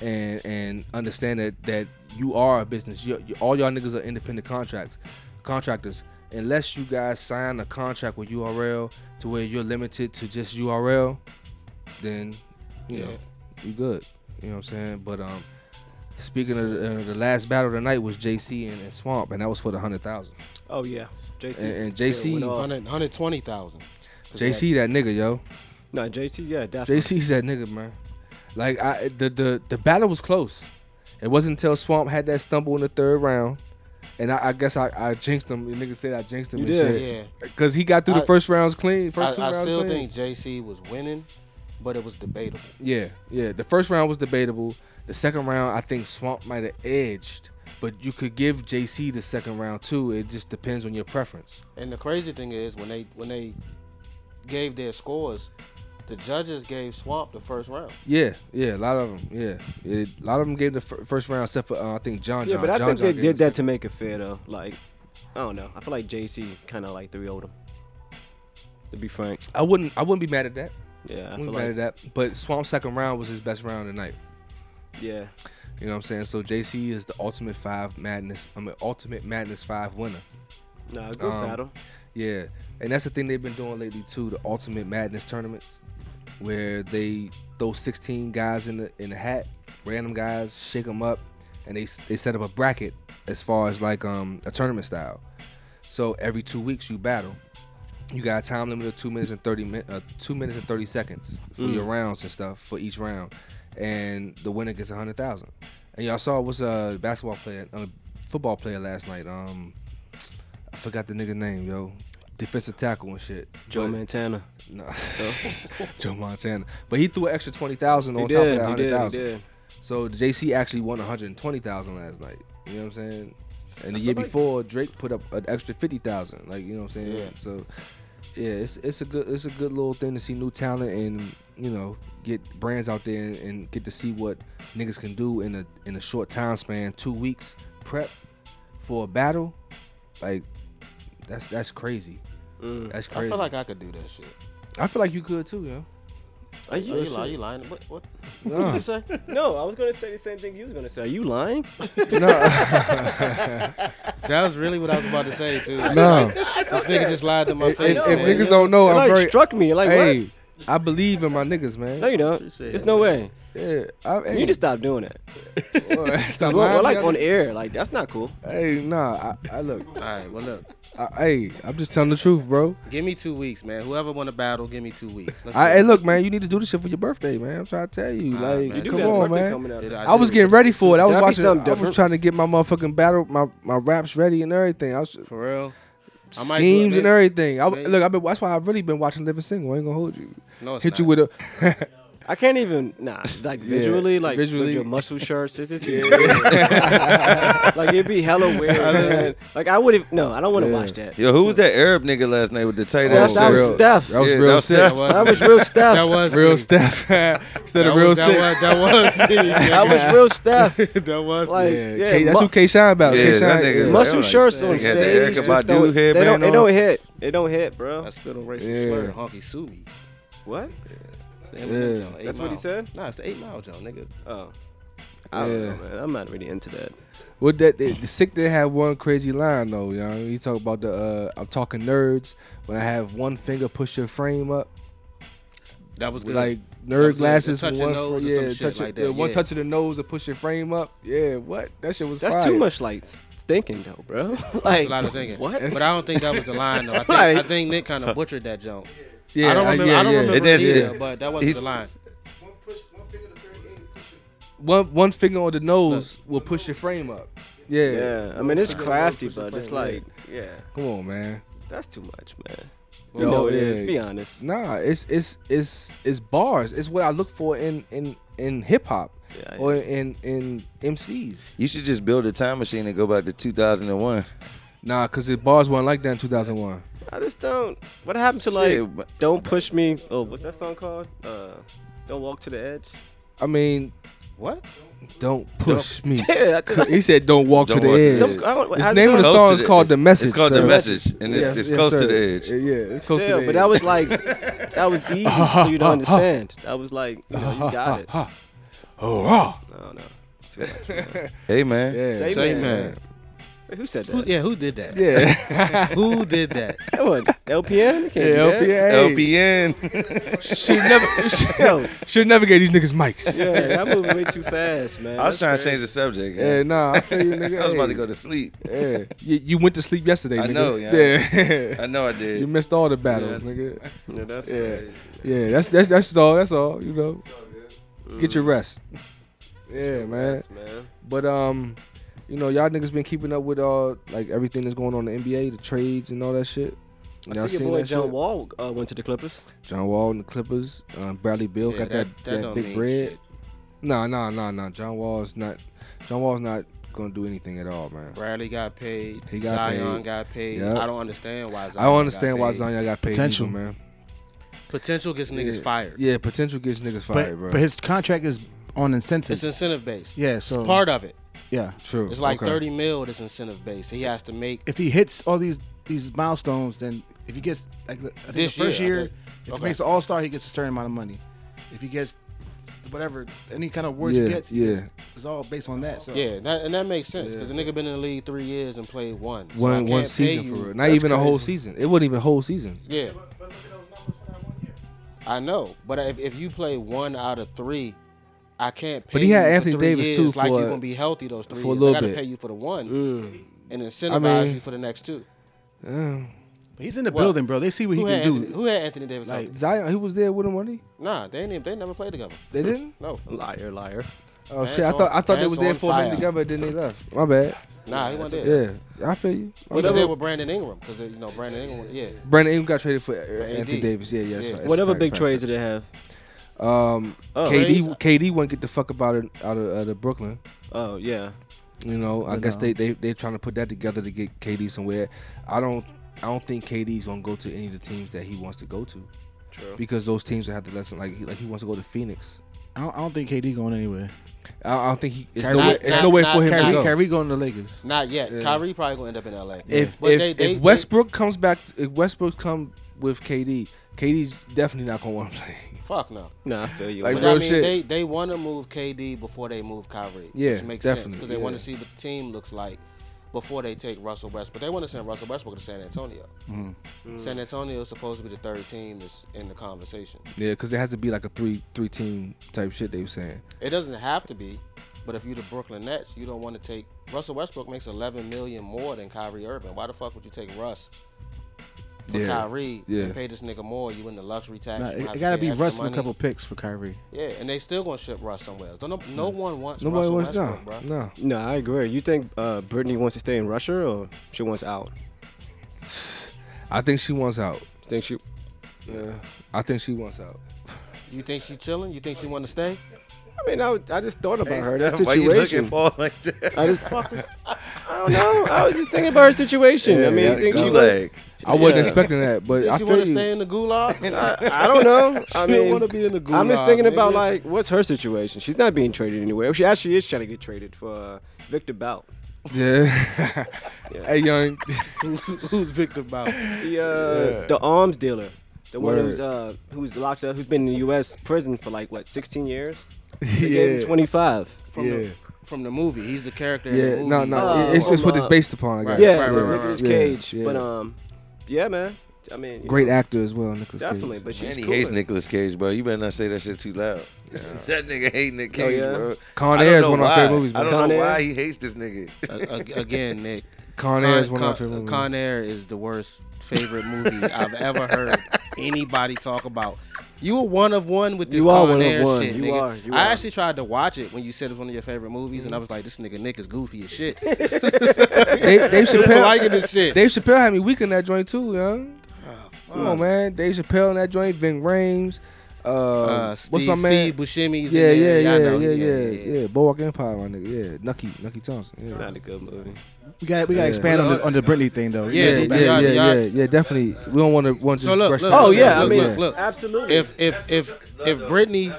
Speaker 4: and and understand that that you are a business. You, you, all y'all niggas are independent contracts, contractors. Unless you guys sign a contract with URL to where you're limited to just URL, then you know
Speaker 3: Yeah.
Speaker 4: you good. You know what I'm saying? But um, speaking of the, uh, the last battle tonight was JC and, and Swamp, and that was for the hundred thousand.
Speaker 1: Oh yeah. JC.
Speaker 4: And- and
Speaker 1: Yeah,
Speaker 4: JC
Speaker 1: went off.
Speaker 3: 100 120,000.
Speaker 4: JC, that nigga, yo.
Speaker 1: No, JC. Yeah, definitely.
Speaker 4: JC's that nigga, man. Like I the the the battle was close. It wasn't until Swamp had that stumble in the third round. And I, I guess I, I jinxed him. The nigga said I jinxed him
Speaker 1: You
Speaker 4: and
Speaker 1: did.
Speaker 4: shit.
Speaker 3: Yeah.
Speaker 4: Cause he got through the
Speaker 3: I-
Speaker 4: first rounds clean. First two
Speaker 3: I, I
Speaker 4: rounds
Speaker 3: still
Speaker 4: clean.
Speaker 3: think JC was winning, but it was debatable.
Speaker 4: Yeah, yeah. The first round was debatable. The second round, I think Swamp might have edged, but you could give JC the second round too. It just depends on your preference.
Speaker 3: And the crazy thing is when they when they gave their scores, the judges gave Swamp the first round.
Speaker 4: Yeah, yeah. A lot of them. Yeah, yeah a lot of them gave the fir- first round except for uh, I think John.
Speaker 1: Yeah,
Speaker 4: John.
Speaker 1: but I
Speaker 4: John
Speaker 1: think
Speaker 4: John
Speaker 1: they
Speaker 4: gave
Speaker 1: did
Speaker 4: the
Speaker 1: that to make it fair though. Like, I don't know. I feel like JC kind of like three older. To be frank.
Speaker 4: I wouldn't. I wouldn't be mad at that.
Speaker 1: Yeah. I
Speaker 4: wouldn't
Speaker 1: feel
Speaker 4: be
Speaker 1: like.
Speaker 4: mad at that. But Swamp's second round was his best round tonight.
Speaker 1: Yeah.
Speaker 4: You know what I'm saying? So JC is the ultimate five madness. I mean, ultimate madness five winner.
Speaker 1: Nah, good
Speaker 4: Um,
Speaker 1: battle.
Speaker 4: Yeah, and that's the thing they've been doing lately too. The Ultimate Madness tournaments, where they throw 16 guys in the in a hat, random guys, shake them up, and they they set up a bracket as far as like um a tournament style. So every two weeks you battle. You got a time limit of two minutes and thirty min- uh, two minutes and thirty seconds for your rounds and stuff for each round, and the winner gets a hundred thousand. And y'all saw what's a basketball player, uh, football player last night. Um, I forgot the nigga name, yo. Defensive tackle and shit.
Speaker 1: Joe
Speaker 4: But-
Speaker 1: Montana.
Speaker 4: No. Joe Montana. But he threw an extra twenty thousand
Speaker 1: He
Speaker 4: on top of
Speaker 1: did.
Speaker 4: that
Speaker 1: He
Speaker 4: hundred
Speaker 1: did. He
Speaker 4: thousand.
Speaker 1: did.
Speaker 4: So JC actually won one hundred twenty thousand last night. You know what I'm saying? And the year
Speaker 1: Somebody-
Speaker 4: before, Drake put up an extra fifty thousand. Like you know what I'm saying?
Speaker 3: Yeah.
Speaker 4: So yeah, it's it's a good it's a good little thing to see new talent and you know get brands out there and, and get to see what niggas can do in a in a short time span, two weeks prep for a battle. Like that's that's crazy.
Speaker 1: Mm.
Speaker 4: That's
Speaker 3: I
Speaker 4: crazy.
Speaker 3: feel like I could do that shit.
Speaker 4: I feel like you could too, yo.
Speaker 1: Are
Speaker 3: Are you,
Speaker 1: you?
Speaker 3: lying? you lying? What? What, what
Speaker 4: Nah.
Speaker 3: you say?
Speaker 1: No, I was gonna say the same thing you was gonna say. Are you lying?
Speaker 3: That was really what I was about to say too. Like,
Speaker 4: No.
Speaker 3: this nigga just lied to my
Speaker 4: If,
Speaker 3: face.
Speaker 4: if
Speaker 3: man.
Speaker 4: niggas don't know,
Speaker 1: It,
Speaker 4: I'm
Speaker 1: like
Speaker 4: very.
Speaker 1: struck me. Like
Speaker 4: hey,
Speaker 1: what?
Speaker 4: I believe in my niggas, man.
Speaker 1: No, you don't.
Speaker 3: Appreciate
Speaker 1: There's
Speaker 3: it,
Speaker 1: no
Speaker 3: man.
Speaker 1: way.
Speaker 4: Yeah, I, hey,
Speaker 1: You need to stop doing that.
Speaker 4: stop
Speaker 1: We're,
Speaker 4: lying
Speaker 1: we're
Speaker 4: to
Speaker 1: like
Speaker 4: y'all
Speaker 1: on
Speaker 4: niggas.
Speaker 1: air. Like that's not cool.
Speaker 4: Hey, nah, I, I look.
Speaker 3: All right, well look,
Speaker 4: I, hey, I'm just telling the truth, bro.
Speaker 3: give me two weeks, man. Whoever won the battle, give me two weeks. Let's
Speaker 4: I,
Speaker 3: do
Speaker 4: hey,
Speaker 3: it.
Speaker 4: look, man, you need to do this shit for your birthday, man. I'm trying to tell you,
Speaker 3: Nah,
Speaker 4: like,
Speaker 3: man, You do
Speaker 4: come
Speaker 3: got a
Speaker 4: on,
Speaker 1: birthday
Speaker 4: man.
Speaker 1: coming up.
Speaker 3: Did
Speaker 4: I was
Speaker 3: do?
Speaker 4: getting ready for it. I was
Speaker 1: That'd be
Speaker 4: watching.
Speaker 1: something
Speaker 4: I was
Speaker 1: different.
Speaker 4: trying to get my motherfucking battle, my my raps ready and everything. I was
Speaker 3: for real. I might do it,
Speaker 4: schemes
Speaker 3: man.
Speaker 4: and everything. I,
Speaker 3: Maybe.
Speaker 4: look, I've been. That's why I've really been watching Living Single. I ain't gonna hold you.
Speaker 3: No, it's
Speaker 4: Hit you
Speaker 3: not.
Speaker 4: with a.
Speaker 1: I can't even nah like visually like with
Speaker 4: visually.
Speaker 1: your muscle shirts. It's just like it'd be hella weird. man. Like I would have no. I don't want to
Speaker 4: Yeah.
Speaker 1: watch that.
Speaker 6: Yo, who was that Arab nigga last night with the tight
Speaker 1: Steph,
Speaker 6: ass
Speaker 1: that was
Speaker 6: shirt?
Speaker 4: Oh, real-
Speaker 1: Steph.
Speaker 4: That was
Speaker 6: Yeah, that
Speaker 4: real
Speaker 6: was
Speaker 4: Steph.
Speaker 3: was
Speaker 1: That was real Steph.
Speaker 3: That was
Speaker 4: Real
Speaker 3: me.
Speaker 4: Steph. Instead
Speaker 3: That
Speaker 4: of real
Speaker 3: was,
Speaker 4: Steph.
Speaker 3: That was, that was me.
Speaker 1: That
Speaker 3: nigga.
Speaker 1: was real Steph.
Speaker 3: that was
Speaker 1: Like
Speaker 4: Yeah,
Speaker 1: yeah,
Speaker 4: K, that's
Speaker 1: mu-
Speaker 4: who K Shine about.
Speaker 6: Yeah,
Speaker 4: K
Speaker 6: that
Speaker 4: Shine.
Speaker 6: nigga is
Speaker 4: yeah.
Speaker 6: like-
Speaker 1: muscle shirts
Speaker 6: They
Speaker 1: on
Speaker 6: got the
Speaker 1: stage.
Speaker 6: Erykah
Speaker 1: just
Speaker 6: Badu
Speaker 1: don't- They
Speaker 6: headband
Speaker 1: don't. It
Speaker 6: on.
Speaker 1: don't hit. It don't hit, bro.
Speaker 3: I spit on racial
Speaker 4: Yeah.
Speaker 3: slur. Honky sue me.
Speaker 1: What?
Speaker 3: It's the Eminem
Speaker 4: Yeah.
Speaker 3: joint, Eight
Speaker 1: That's what he
Speaker 3: Mile.
Speaker 1: said?
Speaker 3: Nah, it's the eight mile joint, nigga.
Speaker 1: Oh. I don't
Speaker 4: Yeah.
Speaker 1: know, man. I'm not really into that.
Speaker 4: Well, that the, the sick did have one crazy line though. You know, he talk about the uh, I'm talking nerds when I have one finger push your frame up,
Speaker 3: That was good.
Speaker 4: like
Speaker 3: was
Speaker 4: nerd
Speaker 3: it,
Speaker 4: glasses.
Speaker 3: the touch
Speaker 4: with
Speaker 3: your
Speaker 4: one
Speaker 3: nose
Speaker 4: fr-
Speaker 3: or
Speaker 4: yeah,
Speaker 3: some shit
Speaker 4: touch your-
Speaker 3: like that,
Speaker 4: yeah, one
Speaker 3: yeah.
Speaker 4: touch of the nose to push your frame up. Yeah, what? That shit was.
Speaker 1: That's
Speaker 4: fire.
Speaker 1: too much like thinking though, bro.
Speaker 3: That's
Speaker 1: like
Speaker 3: a lot of thinking.
Speaker 1: What?
Speaker 3: But I don't think that was the line though. I think, I
Speaker 1: Like-
Speaker 3: think Nick kind of butchered that joke.
Speaker 4: Yeah,
Speaker 3: I don't remember.
Speaker 4: yeah,
Speaker 3: I don't
Speaker 4: yeah.
Speaker 3: remember
Speaker 6: It
Speaker 3: it
Speaker 6: is,
Speaker 3: either,
Speaker 6: yeah.
Speaker 3: but that wasn't
Speaker 6: He's-
Speaker 3: the line.
Speaker 4: One one finger on the nose will push your frame up. Yeah.
Speaker 1: Yeah, I mean it's crafty, but it's like, yeah,
Speaker 4: Come on, man.
Speaker 1: that's too much, man. You
Speaker 4: Yo,
Speaker 1: know it
Speaker 4: yeah.
Speaker 1: is. Be honest.
Speaker 4: Nah, it's it's it's it's bars. It's what I look for in in in hip hop
Speaker 1: Yeah,
Speaker 4: or in in MCs.
Speaker 6: You should just build a time machine and go back to 2001.
Speaker 4: Nah, cause the bars weren't like that in 2001.
Speaker 1: I just don't. What happened to like?
Speaker 6: Shit, but-
Speaker 1: Don't push me. Oh, what's that song called? Uh, don't walk to the edge.
Speaker 4: I mean,
Speaker 3: What?
Speaker 4: don't push me.
Speaker 1: Yeah, I think-
Speaker 4: he said, "Don't walk
Speaker 6: Don't
Speaker 4: to the
Speaker 6: walk to
Speaker 4: edge."
Speaker 6: the
Speaker 1: some- I don't-
Speaker 4: His
Speaker 1: I
Speaker 4: name
Speaker 1: just
Speaker 4: of
Speaker 1: don't-
Speaker 4: the
Speaker 6: Close
Speaker 4: song
Speaker 6: to
Speaker 4: is
Speaker 6: the-
Speaker 4: called "The Message."
Speaker 6: It's called
Speaker 4: sir.
Speaker 6: the message, and it's,
Speaker 4: Yes,
Speaker 6: it's
Speaker 4: yes,
Speaker 6: close
Speaker 4: sir. Uh,
Speaker 6: to the edge.
Speaker 4: Yeah, yeah, it's close
Speaker 1: Still,
Speaker 4: to the
Speaker 1: but
Speaker 4: edge.
Speaker 1: that was like, that was easy for you to understand. That was like, you know, you got it. I
Speaker 4: Oh, ah.
Speaker 1: don't know.
Speaker 6: Hey man,
Speaker 4: yeah,
Speaker 1: Say,
Speaker 3: Say
Speaker 1: man.
Speaker 3: man.
Speaker 1: Wait, Who said
Speaker 3: Who,
Speaker 1: that?
Speaker 3: yeah, who did that?
Speaker 4: yeah,
Speaker 3: Who did that?
Speaker 1: That one. LPN. You Can't
Speaker 4: yeah.
Speaker 1: do that.
Speaker 6: LPN.
Speaker 4: Should never,
Speaker 1: Yo,
Speaker 4: should never get these niggas mics. Yeah,
Speaker 1: yeah, that moving way too fast, man.
Speaker 6: I was trying
Speaker 1: That's crazy.
Speaker 6: to change the subject.
Speaker 4: yeah
Speaker 6: man.
Speaker 4: nah, I feel you, nigga.
Speaker 6: I was about to
Speaker 4: Hey.
Speaker 6: go to sleep.
Speaker 4: Yeah, you, you went to sleep yesterday.
Speaker 6: I
Speaker 4: nigga.
Speaker 6: know, yeah.
Speaker 4: Yeah,
Speaker 6: I know I
Speaker 4: you
Speaker 6: did.
Speaker 4: missed all the battles, nigga.
Speaker 1: Yeah, that's
Speaker 4: Yeah,
Speaker 1: crazy.
Speaker 4: yeah. That's that's that's all. That's all. You know, get your rest. Yeah, man.
Speaker 1: Yes, man.
Speaker 4: But um, you know, y'all niggas been keeping up with all like everything that's going on in the NBA, the trades and all that shit.
Speaker 1: I
Speaker 4: Y'all
Speaker 1: see
Speaker 4: seen
Speaker 1: your boy
Speaker 4: that
Speaker 1: John
Speaker 4: shit?
Speaker 1: Wall uh, went to the Clippers.
Speaker 4: John Wall and the Clippers. Um, Bradley Bill
Speaker 3: Yeah,
Speaker 4: got that
Speaker 3: that- that
Speaker 4: that,
Speaker 3: don't
Speaker 4: big
Speaker 3: mean
Speaker 4: bread.
Speaker 3: shit.
Speaker 4: Nah, nah, nah, nah. John Wall's not. John Wall's not gonna do anything at all, man.
Speaker 3: Bradley got paid.
Speaker 4: He got
Speaker 3: Zion
Speaker 4: paid.
Speaker 3: got paid.
Speaker 4: Yep.
Speaker 3: I don't understand why. Zion
Speaker 4: I don't understand
Speaker 3: got
Speaker 4: why
Speaker 3: paid.
Speaker 4: Zion got paid.
Speaker 7: Potential.
Speaker 4: either, man.
Speaker 3: Potential gets niggas
Speaker 4: yeah.
Speaker 3: fired.
Speaker 4: Yeah, potential gets niggas fired,
Speaker 7: But,
Speaker 4: bro.
Speaker 7: but his contract is on incentives.
Speaker 3: It's incentive based.
Speaker 7: yeah,
Speaker 3: It's
Speaker 7: so
Speaker 3: part of it.
Speaker 7: yeah.
Speaker 4: True.
Speaker 3: It's like
Speaker 4: Okay.
Speaker 3: thirty mil. That's incentive based. He has to make
Speaker 7: If he hits all these these milestones, then if he gets like I think
Speaker 3: This
Speaker 7: the first
Speaker 3: year, I
Speaker 7: year,
Speaker 3: think.
Speaker 7: if
Speaker 3: Okay.
Speaker 7: he makes the All Star, he gets a certain amount of money. If he gets whatever any kind of awards
Speaker 4: Yeah,
Speaker 7: he gets,
Speaker 4: yeah.
Speaker 7: yeah, it's, it's all based on that. So
Speaker 3: Yeah, that, and that makes sense because the nigga been in the league three years and played one. So I
Speaker 4: one
Speaker 3: can't
Speaker 4: one
Speaker 3: pay
Speaker 4: season
Speaker 3: you-
Speaker 4: for real. Not
Speaker 3: That's
Speaker 4: even a whole
Speaker 3: crazy.
Speaker 4: season. It wasn't even a whole season.
Speaker 3: Yeah, I know, but if, if you play one out of three, I can't. Pay
Speaker 4: But he had
Speaker 3: you for
Speaker 4: Anthony
Speaker 3: three
Speaker 4: Davis,
Speaker 3: years,
Speaker 4: too,
Speaker 3: Like
Speaker 4: for-
Speaker 3: you gonna be healthy those three
Speaker 4: for a
Speaker 3: years.
Speaker 4: little
Speaker 3: I gotta
Speaker 4: bit. Mm.
Speaker 3: pay you for the one and incentivize
Speaker 4: I mean-
Speaker 3: you for the next two.
Speaker 4: Yeah.
Speaker 7: But he's in the
Speaker 3: Well,
Speaker 7: building, bro. They see what he
Speaker 3: Who had,
Speaker 7: can
Speaker 3: Anthony,
Speaker 7: do.
Speaker 3: who had Anthony Davis?
Speaker 7: Like,
Speaker 3: healthy?
Speaker 4: Zion, he was there with him, money.
Speaker 3: nah, they didn't. They never played together.
Speaker 4: They didn't.
Speaker 3: No,
Speaker 1: Liar, liar.
Speaker 4: Oh
Speaker 3: Man's
Speaker 4: shit! I thought I thought they
Speaker 3: on-
Speaker 4: was there
Speaker 3: man's
Speaker 4: for
Speaker 3: on
Speaker 4: them
Speaker 3: fire.
Speaker 4: together. Then they left. My bad.
Speaker 3: nah, he wasn't there.
Speaker 4: Yeah, I feel you. I
Speaker 3: He was
Speaker 4: feel
Speaker 3: there
Speaker 4: you.
Speaker 3: with Brandon Ingram because you know Brandon Ingram. Yeah,
Speaker 4: Brandon Ingram got traded for
Speaker 3: AD.
Speaker 4: Anthony Davis. Yeah, yeah. it's
Speaker 3: Yeah.
Speaker 4: fact, it's a
Speaker 1: Whatever
Speaker 4: fact,
Speaker 1: big
Speaker 4: fact,
Speaker 1: trades did they have?
Speaker 4: fact. Um,
Speaker 1: Oh,
Speaker 4: KD KD wouldn't get the fuck up out of out of, out of Brooklyn.
Speaker 1: Oh yeah.
Speaker 4: You know, I
Speaker 7: You
Speaker 4: guess
Speaker 7: know.
Speaker 4: they they they trying to put that together to get KD somewhere. I don't I don't think KD's gonna go to any of the teams that he wants to go to
Speaker 1: True.
Speaker 4: because those teams will have to listen. Like he, like he wants to go to Phoenix.
Speaker 7: I don't, I don't think KD going anywhere.
Speaker 4: I, I don't think he. It's
Speaker 7: Kyrie-
Speaker 4: no way.
Speaker 3: not-
Speaker 4: It's
Speaker 3: not-
Speaker 4: no way
Speaker 3: not
Speaker 4: for him
Speaker 7: Kyrie,
Speaker 4: to go.
Speaker 7: Kyrie going to the Lakers.
Speaker 3: not yet.
Speaker 4: Yeah.
Speaker 3: Kyrie probably gonna end up in L.A.
Speaker 4: if
Speaker 3: But
Speaker 4: if,
Speaker 3: they- they-
Speaker 4: if Westbrook comes back, if Westbrook come with KD, KD's definitely not gonna want to play.
Speaker 3: fuck no.
Speaker 1: Nah, I feel you.
Speaker 4: Like,
Speaker 3: But
Speaker 1: When
Speaker 4: real
Speaker 3: I
Speaker 1: I-
Speaker 3: mean,
Speaker 4: shit.
Speaker 3: they they want to move KD before they move Kyrie.
Speaker 4: Yeah,
Speaker 3: which makes sense
Speaker 4: definitely,
Speaker 3: because they want
Speaker 4: yeah.
Speaker 3: to see what the team looks like before they take Russell Westbrook. They want to send Russell Westbrook to San Antonio.
Speaker 4: Mm-hmm.
Speaker 3: San Antonio is supposed to be the third team that's in the conversation.
Speaker 4: Yeah, because it has to be like a three three team type shit. They were saying.
Speaker 3: It doesn't have to be, but if you're the Brooklyn Nets, you don't want to take Russell Westbrook makes 11 million more than Kyrie Irving. Why the fuck would you take Russ? For
Speaker 4: Yeah,
Speaker 3: Kyrie,
Speaker 4: yeah.
Speaker 3: and pay this nigga more. You in the luxury tax?
Speaker 7: Nah,
Speaker 3: you
Speaker 7: Uh, it
Speaker 3: have to
Speaker 7: got to
Speaker 3: pay
Speaker 7: be
Speaker 3: extra
Speaker 7: Russ and a
Speaker 3: money.
Speaker 7: couple picks for Kyrie.
Speaker 3: Yeah, and they still gonna ship Russ somewhere else. Don't, no, no one wants
Speaker 4: Mm. Nobody
Speaker 3: Russell
Speaker 4: wants no
Speaker 3: Westbrook, bro.
Speaker 4: no.
Speaker 1: no, I agree. You think uh, Brittany wants to stay in Russia or she wants out?
Speaker 4: I think she wants out.
Speaker 1: Think she?
Speaker 4: I think she wants out.
Speaker 3: You think she chilling? You think she want to stay?
Speaker 1: I mean, I, was- I just thought about her. That
Speaker 6: Why you looking
Speaker 1: situation.
Speaker 6: for like that?
Speaker 1: I just I don't know. I was just thinking about her situation. I mean, you think she like?
Speaker 4: I wasn't
Speaker 1: Yeah.
Speaker 4: expecting that, but
Speaker 3: Think
Speaker 4: I
Speaker 3: she
Speaker 4: feel
Speaker 3: want to
Speaker 4: you.
Speaker 3: stay in the gulag?
Speaker 1: I don't know. I
Speaker 3: She
Speaker 1: mean,
Speaker 3: wanna be in the
Speaker 1: I'm just
Speaker 3: gulag,
Speaker 1: thinking about
Speaker 3: nigga.
Speaker 1: like, what's her situation? She's not being traded anywhere. She actually is trying to get traded for uh, Victor Bout.
Speaker 4: Yeah. hey, young.
Speaker 3: Who's Victor Bout?
Speaker 1: The uh, the arms dealer, the one
Speaker 4: Word.
Speaker 1: who's uh who's locked up, who's been in the U.S. prison for like what 16 years. They gave him 25.
Speaker 3: From the
Speaker 4: Yeah.
Speaker 3: from the movie. He's the character. in the
Speaker 4: Yeah,
Speaker 3: movie.
Speaker 4: no, no.
Speaker 1: Oh,
Speaker 4: it's it's what it's
Speaker 1: uh,
Speaker 4: based upon, I guess.
Speaker 3: Right,
Speaker 1: yeah,
Speaker 3: right, right, right,
Speaker 1: Nicolas
Speaker 4: right.
Speaker 1: Cage.
Speaker 4: Yeah,
Speaker 1: But
Speaker 4: yeah.
Speaker 1: um, yeah, man. I mean, you
Speaker 4: Great
Speaker 1: know,
Speaker 4: actor as well, Nicholas
Speaker 1: Definitely, but
Speaker 6: Man,
Speaker 1: she's
Speaker 6: he
Speaker 1: cool.
Speaker 6: hates Nicolas Cage, bro. You better not say that shit too loud. that nigga hate Nick
Speaker 1: Oh,
Speaker 6: Cage,
Speaker 1: yeah?
Speaker 6: bro.
Speaker 4: Con
Speaker 6: I don't
Speaker 4: Air is
Speaker 6: know
Speaker 4: one of my
Speaker 6: why.
Speaker 4: favorite movies,
Speaker 6: I
Speaker 4: bro.
Speaker 6: don't
Speaker 1: Con
Speaker 6: know
Speaker 1: Air?
Speaker 6: why he hates this nigga.
Speaker 3: A- a- again, Nick.
Speaker 4: Con Air is one of my favorite movies.
Speaker 3: Con Air is the worst favorite movie I've ever heard anybody talk about. You were one of one with this
Speaker 1: You are
Speaker 3: Con
Speaker 1: one of
Speaker 3: Air
Speaker 1: one.
Speaker 3: shit,
Speaker 1: You
Speaker 3: nigga.
Speaker 1: are, you
Speaker 3: I
Speaker 1: are.
Speaker 3: actually tried to watch it when you said it was one of your favorite movies,
Speaker 4: Mm-hmm.
Speaker 3: and I was like, this nigga Nick is goofy as shit.
Speaker 4: Dave, Dave Chappelle,
Speaker 3: liking this shit.
Speaker 4: Dave Chappelle had me weak in that joint too, young.
Speaker 3: Oh,
Speaker 4: Come on, man. Dave Chappelle in that joint. Vin Rames. Uh,
Speaker 3: Uh, Steve,
Speaker 4: what's my man?
Speaker 3: Steve Buscemi's
Speaker 4: yeah,
Speaker 3: in
Speaker 4: yeah,
Speaker 3: there.
Speaker 4: yeah,
Speaker 3: Y'all
Speaker 4: yeah,
Speaker 3: know
Speaker 4: yeah,
Speaker 3: he-
Speaker 4: yeah, yeah, Boardwalk Empire, my nigga. Yeah, Nucky, Nucky Thompson. Yeah,
Speaker 1: Not a good movie.
Speaker 7: We got we got
Speaker 4: Yeah.
Speaker 7: to expand on the on the Britney thing though.
Speaker 4: yeah,
Speaker 3: Yeah, yeah,
Speaker 4: yeah, yeah,
Speaker 3: y'all-
Speaker 4: yeah,
Speaker 3: y'all-
Speaker 4: yeah, definitely. We don't want to want to
Speaker 3: So look,
Speaker 4: brush
Speaker 3: look,
Speaker 4: past
Speaker 1: Oh
Speaker 3: look,
Speaker 4: that.
Speaker 1: yeah, I
Speaker 3: look,
Speaker 1: mean,
Speaker 3: look, look.
Speaker 1: absolutely.
Speaker 3: If if if if Brittany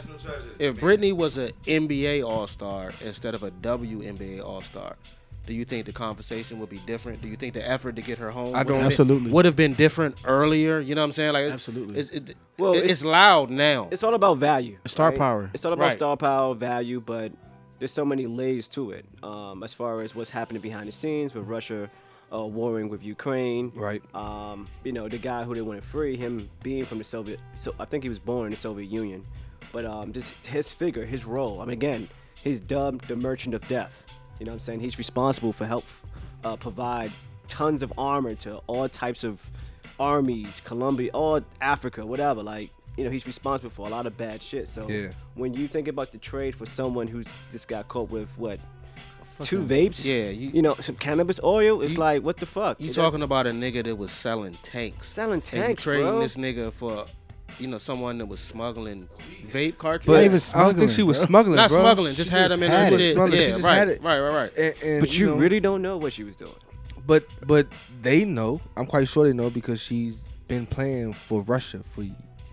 Speaker 3: if Brittany was an NBA All Star instead of a WNBA All Star, do you think the conversation would be different? Do you think the effort to get her home
Speaker 4: I don't-
Speaker 3: would have been-
Speaker 7: Absolutely.
Speaker 3: would have been different earlier? You know what I'm saying? Like
Speaker 7: Absolutely.
Speaker 3: It's, it,
Speaker 1: Well,
Speaker 3: well, it's,
Speaker 1: it's-
Speaker 3: loud now.
Speaker 1: it's all about value.
Speaker 7: Star power.
Speaker 1: It's all about
Speaker 3: Right.
Speaker 1: star power, value, but there's so many layers to it. Um, as far as what's happening behind the scenes with Russia uh, warring with Ukraine,
Speaker 4: Right.
Speaker 1: Um, you know, the guy who they wanted free, him being from the Soviet, so I think he was born in the Soviet Union, but um, just his figure, his role. I mean, again, he's dubbed the Merchant of Death. You know what I'm saying? He's responsible for help uh, provide tons of armor to all types of armies, Colombia, all Africa, whatever. Like, you know, he's responsible for a lot of bad shit. So
Speaker 4: Yeah.
Speaker 1: when you think about the trade for someone who's just got caught with what? Two vapes,
Speaker 3: Yeah,
Speaker 1: You,
Speaker 3: you-
Speaker 1: know, some cannabis oil. It's like, what the fuck?
Speaker 3: you
Speaker 1: It
Speaker 3: talking about a nigga that was selling tanks?
Speaker 1: Selling
Speaker 3: And you
Speaker 1: tanks,
Speaker 3: trading
Speaker 1: bro.
Speaker 3: this nigga for, you know, someone that was smuggling vape cartridges.
Speaker 4: But
Speaker 7: Not even
Speaker 4: I don't think she
Speaker 7: smuggling,
Speaker 4: was
Speaker 7: bro.
Speaker 4: smuggling.
Speaker 3: Not
Speaker 4: bro.
Speaker 3: smuggling,
Speaker 4: She
Speaker 3: just had him in
Speaker 7: had
Speaker 3: her
Speaker 7: it.
Speaker 3: shit.
Speaker 4: Smuggling,
Speaker 3: Yeah,
Speaker 4: she just
Speaker 3: right,
Speaker 4: had it.
Speaker 3: right, right, right.
Speaker 4: And, and,
Speaker 1: But you,
Speaker 4: know,
Speaker 1: really don't know what she was doing.
Speaker 4: But but they know. I'm quite sure they know because she's been playing for Russia for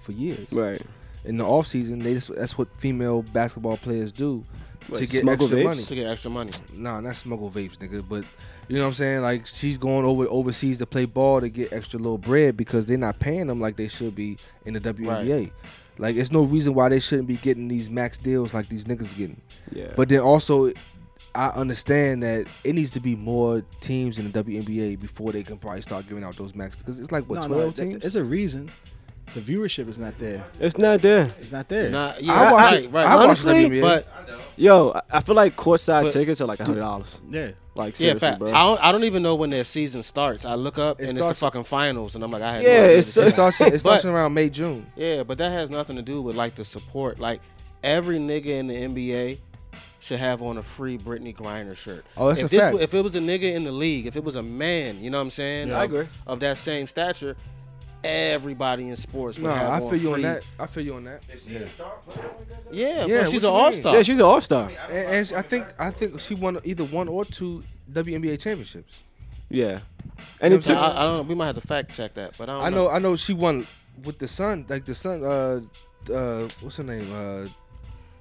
Speaker 4: for years.
Speaker 1: Right.
Speaker 4: In the off season, they just, that's what female basketball players do
Speaker 1: What,
Speaker 4: to get
Speaker 1: smuggle
Speaker 4: extra
Speaker 1: vapes?
Speaker 4: money.
Speaker 3: To get extra money.
Speaker 4: Nah, not smuggle vapes, nigga. But you know what I'm saying? Like she's going over overseas to play ball to get extra little bread because they're not paying them like they should be in the WNBA. Like it's no reason why they shouldn't be getting these max deals like these niggas getting.
Speaker 1: Yeah.
Speaker 4: But then also, I understand that it needs to be more teams in the WNBA before they can probably start giving out those max because it's like what
Speaker 7: No, no,
Speaker 4: twelve
Speaker 7: it's a-
Speaker 4: teams.
Speaker 7: it's a reason. The viewership is not there.
Speaker 1: it's not there.
Speaker 7: It's not there.
Speaker 3: Nah, yeah,
Speaker 4: I watch
Speaker 3: right,
Speaker 4: it.
Speaker 3: right.
Speaker 4: I watch
Speaker 1: Honestly,
Speaker 4: WNBA.
Speaker 3: but
Speaker 1: Yo, I- I feel like courtside
Speaker 3: But-
Speaker 1: tickets are like hundred dollars.
Speaker 7: Yeah.
Speaker 1: Like
Speaker 3: Yeah,
Speaker 1: seriously,
Speaker 3: fact.
Speaker 1: bro.
Speaker 3: I don't, I don't even know when their season starts. I look up and it's
Speaker 4: starts-
Speaker 3: the fucking finals, and I'm like, I had
Speaker 1: Yeah,
Speaker 3: no idea
Speaker 1: it's-
Speaker 3: this
Speaker 4: it
Speaker 3: shit
Speaker 4: starts. It starts
Speaker 3: But-
Speaker 4: around May June.
Speaker 3: Yeah, but that has nothing to do with like the support. Like every nigga in the NBA should have on a free Britney Griner shirt.
Speaker 4: Oh, that's
Speaker 3: if
Speaker 4: a
Speaker 3: this
Speaker 4: fact.
Speaker 3: wa- If it was a nigga in the league, if it was a man, you know what I'm saying?
Speaker 1: Yeah, I
Speaker 3: of,
Speaker 1: agree.
Speaker 3: Of that same stature, everybody in sports would
Speaker 4: No,
Speaker 3: have
Speaker 4: I
Speaker 3: on
Speaker 4: feel you on
Speaker 3: free-
Speaker 4: that. I feel you on that. Yeah,
Speaker 3: Yeah, but
Speaker 4: what
Speaker 3: she's
Speaker 4: you
Speaker 3: an
Speaker 4: mean?
Speaker 3: all star.
Speaker 1: yeah, she's an all star.
Speaker 4: And, and I think I think she won either one or two WNBA championships.
Speaker 1: Yeah. And it
Speaker 3: I,
Speaker 1: took
Speaker 3: I don't. know. We might have to fact check that, but I don't
Speaker 4: I know, I know she won with the son, like the son, uh, uh, what's her name, uh,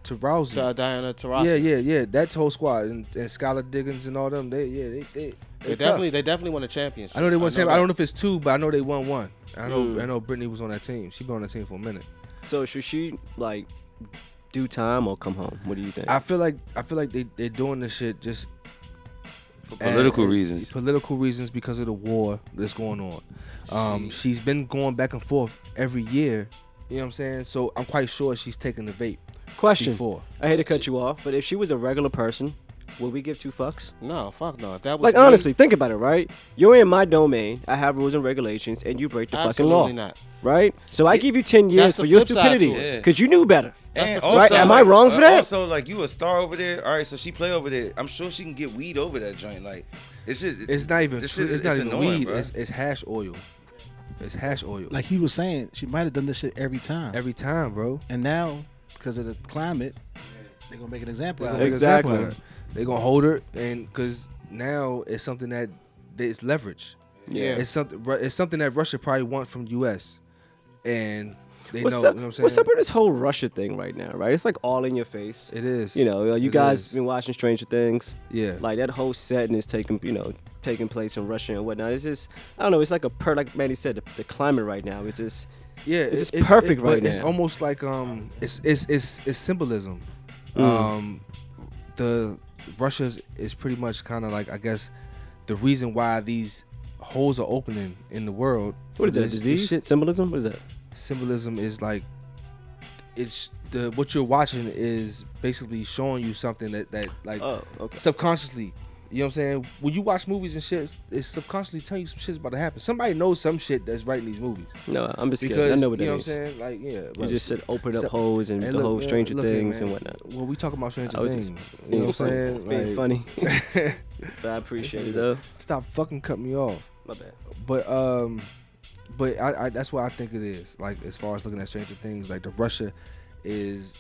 Speaker 4: Taurasi.
Speaker 3: Di- Uh, Diana Taurasi.
Speaker 4: yeah, yeah, yeah. That whole squad and, and Skylar Diggins and all them. They, yeah, they, they,
Speaker 3: They
Speaker 4: they
Speaker 3: definitely,
Speaker 4: definitely.
Speaker 3: they definitely won a championship.
Speaker 4: I know Hmm. they won champ. I
Speaker 3: that.
Speaker 4: don't know if it's two, but I know they won one. I know,
Speaker 1: Mm.
Speaker 4: I know. Brittany was on that team. She been on that team for a minute.
Speaker 1: so should she like do time or come home? What do you think?
Speaker 4: I feel like, I feel like they they doing this shit just
Speaker 6: For political
Speaker 4: and-
Speaker 6: reasons.
Speaker 4: Political reasons because of the war that's going on. Um, she's been going back and forth every year. You know what I'm saying? So I'm quite sure she's taking the vape
Speaker 1: Question.
Speaker 4: before.
Speaker 1: I hate to cut you off, but if she was a regular person, would we give two fucks?
Speaker 3: No, fuck no. If that was
Speaker 1: Like
Speaker 3: me,
Speaker 1: honestly, think about it, right? You're in my domain. I have rules and regulations, and you break the fucking law,
Speaker 3: absolutely not.
Speaker 1: right? So I give you ten years
Speaker 3: the
Speaker 1: for your
Speaker 3: flip side to
Speaker 1: stupidity
Speaker 6: it. Yeah.
Speaker 1: because you knew better.
Speaker 6: And
Speaker 1: Right, am I wrong for
Speaker 6: uh,
Speaker 1: that?
Speaker 6: Also, like you a star over there. All right, so she play over there. I'm sure she can get weed over that joint. Like it's just
Speaker 4: It's not even.
Speaker 6: This
Speaker 4: true.
Speaker 6: shit
Speaker 4: it's
Speaker 6: is-
Speaker 4: not
Speaker 6: it's
Speaker 4: even
Speaker 6: annoying,
Speaker 4: weed.
Speaker 6: bruh.
Speaker 4: It's, it's hash oil. It's hash oil.
Speaker 7: Like he was saying, she might have done this shit every time.
Speaker 4: every time, bro.
Speaker 7: and now, because of the climate, they're gonna make an example. out of
Speaker 1: Yeah.
Speaker 7: it.
Speaker 1: Exactly.
Speaker 4: They're gonna hold her, and because now it's something that it's leverage.
Speaker 1: Yeah.
Speaker 4: It's something. Ru- It's something that Russia probably want from U.S. And they
Speaker 1: What's
Speaker 4: know.
Speaker 1: up?
Speaker 4: You know what I'm saying?
Speaker 1: what's up with this whole Russia thing right now? Right, it's like all in your face.
Speaker 4: It is.
Speaker 1: You know, uh, you
Speaker 4: It
Speaker 1: guys
Speaker 4: is.
Speaker 1: been watching Stranger Things.
Speaker 4: Yeah.
Speaker 1: Like that whole setting is taking, you know, taking place in Russia and whatnot. It's just, I don't know. It's like a per, like Manny said, the, the climate right now is just.
Speaker 4: Yeah,
Speaker 1: It's
Speaker 4: it-
Speaker 1: just perfect
Speaker 4: but
Speaker 1: right
Speaker 4: It's
Speaker 1: now.
Speaker 4: almost like um, it's it's it's, it's symbolism.
Speaker 1: Mm.
Speaker 4: Um, the Russia's is pretty much kind of like I guess the reason why these holes are opening in the world.
Speaker 1: What
Speaker 4: for
Speaker 1: is that?
Speaker 4: this- this
Speaker 1: Disease?
Speaker 4: shit.
Speaker 1: Symbolism? What is that?
Speaker 4: Symbolism is like it's the what you're watching is basically showing you something that that like
Speaker 1: Oh, okay.
Speaker 4: subconsciously. You know what I'm saying? When you watch movies and shit, it's- it's subconsciously telling you some shit's about to happen. Somebody knows some shit that's right in these movies
Speaker 1: No, I'm just
Speaker 4: because
Speaker 1: kidding. I know what that
Speaker 4: you know
Speaker 1: means.
Speaker 4: what I'm saying. Like yeah,
Speaker 1: You
Speaker 4: right.
Speaker 1: just said open up
Speaker 4: So-
Speaker 1: holes and
Speaker 4: Hey,
Speaker 1: the
Speaker 4: look,
Speaker 1: whole
Speaker 4: man,
Speaker 1: Stranger
Speaker 4: look here,
Speaker 1: Things and
Speaker 4: man.
Speaker 1: whatnot.
Speaker 4: Well, we talking about Stranger
Speaker 1: I was
Speaker 4: Things.
Speaker 1: just
Speaker 4: You
Speaker 1: being
Speaker 4: know what I'm
Speaker 1: funny.
Speaker 4: saying?
Speaker 1: It's being funny.
Speaker 4: funny.
Speaker 1: but I appreciate it though.
Speaker 4: Stop fucking cutting me off.
Speaker 1: My bad.
Speaker 4: But um, but I, I that's what I think it is. Like as far as looking at Stranger Things, like the Russia is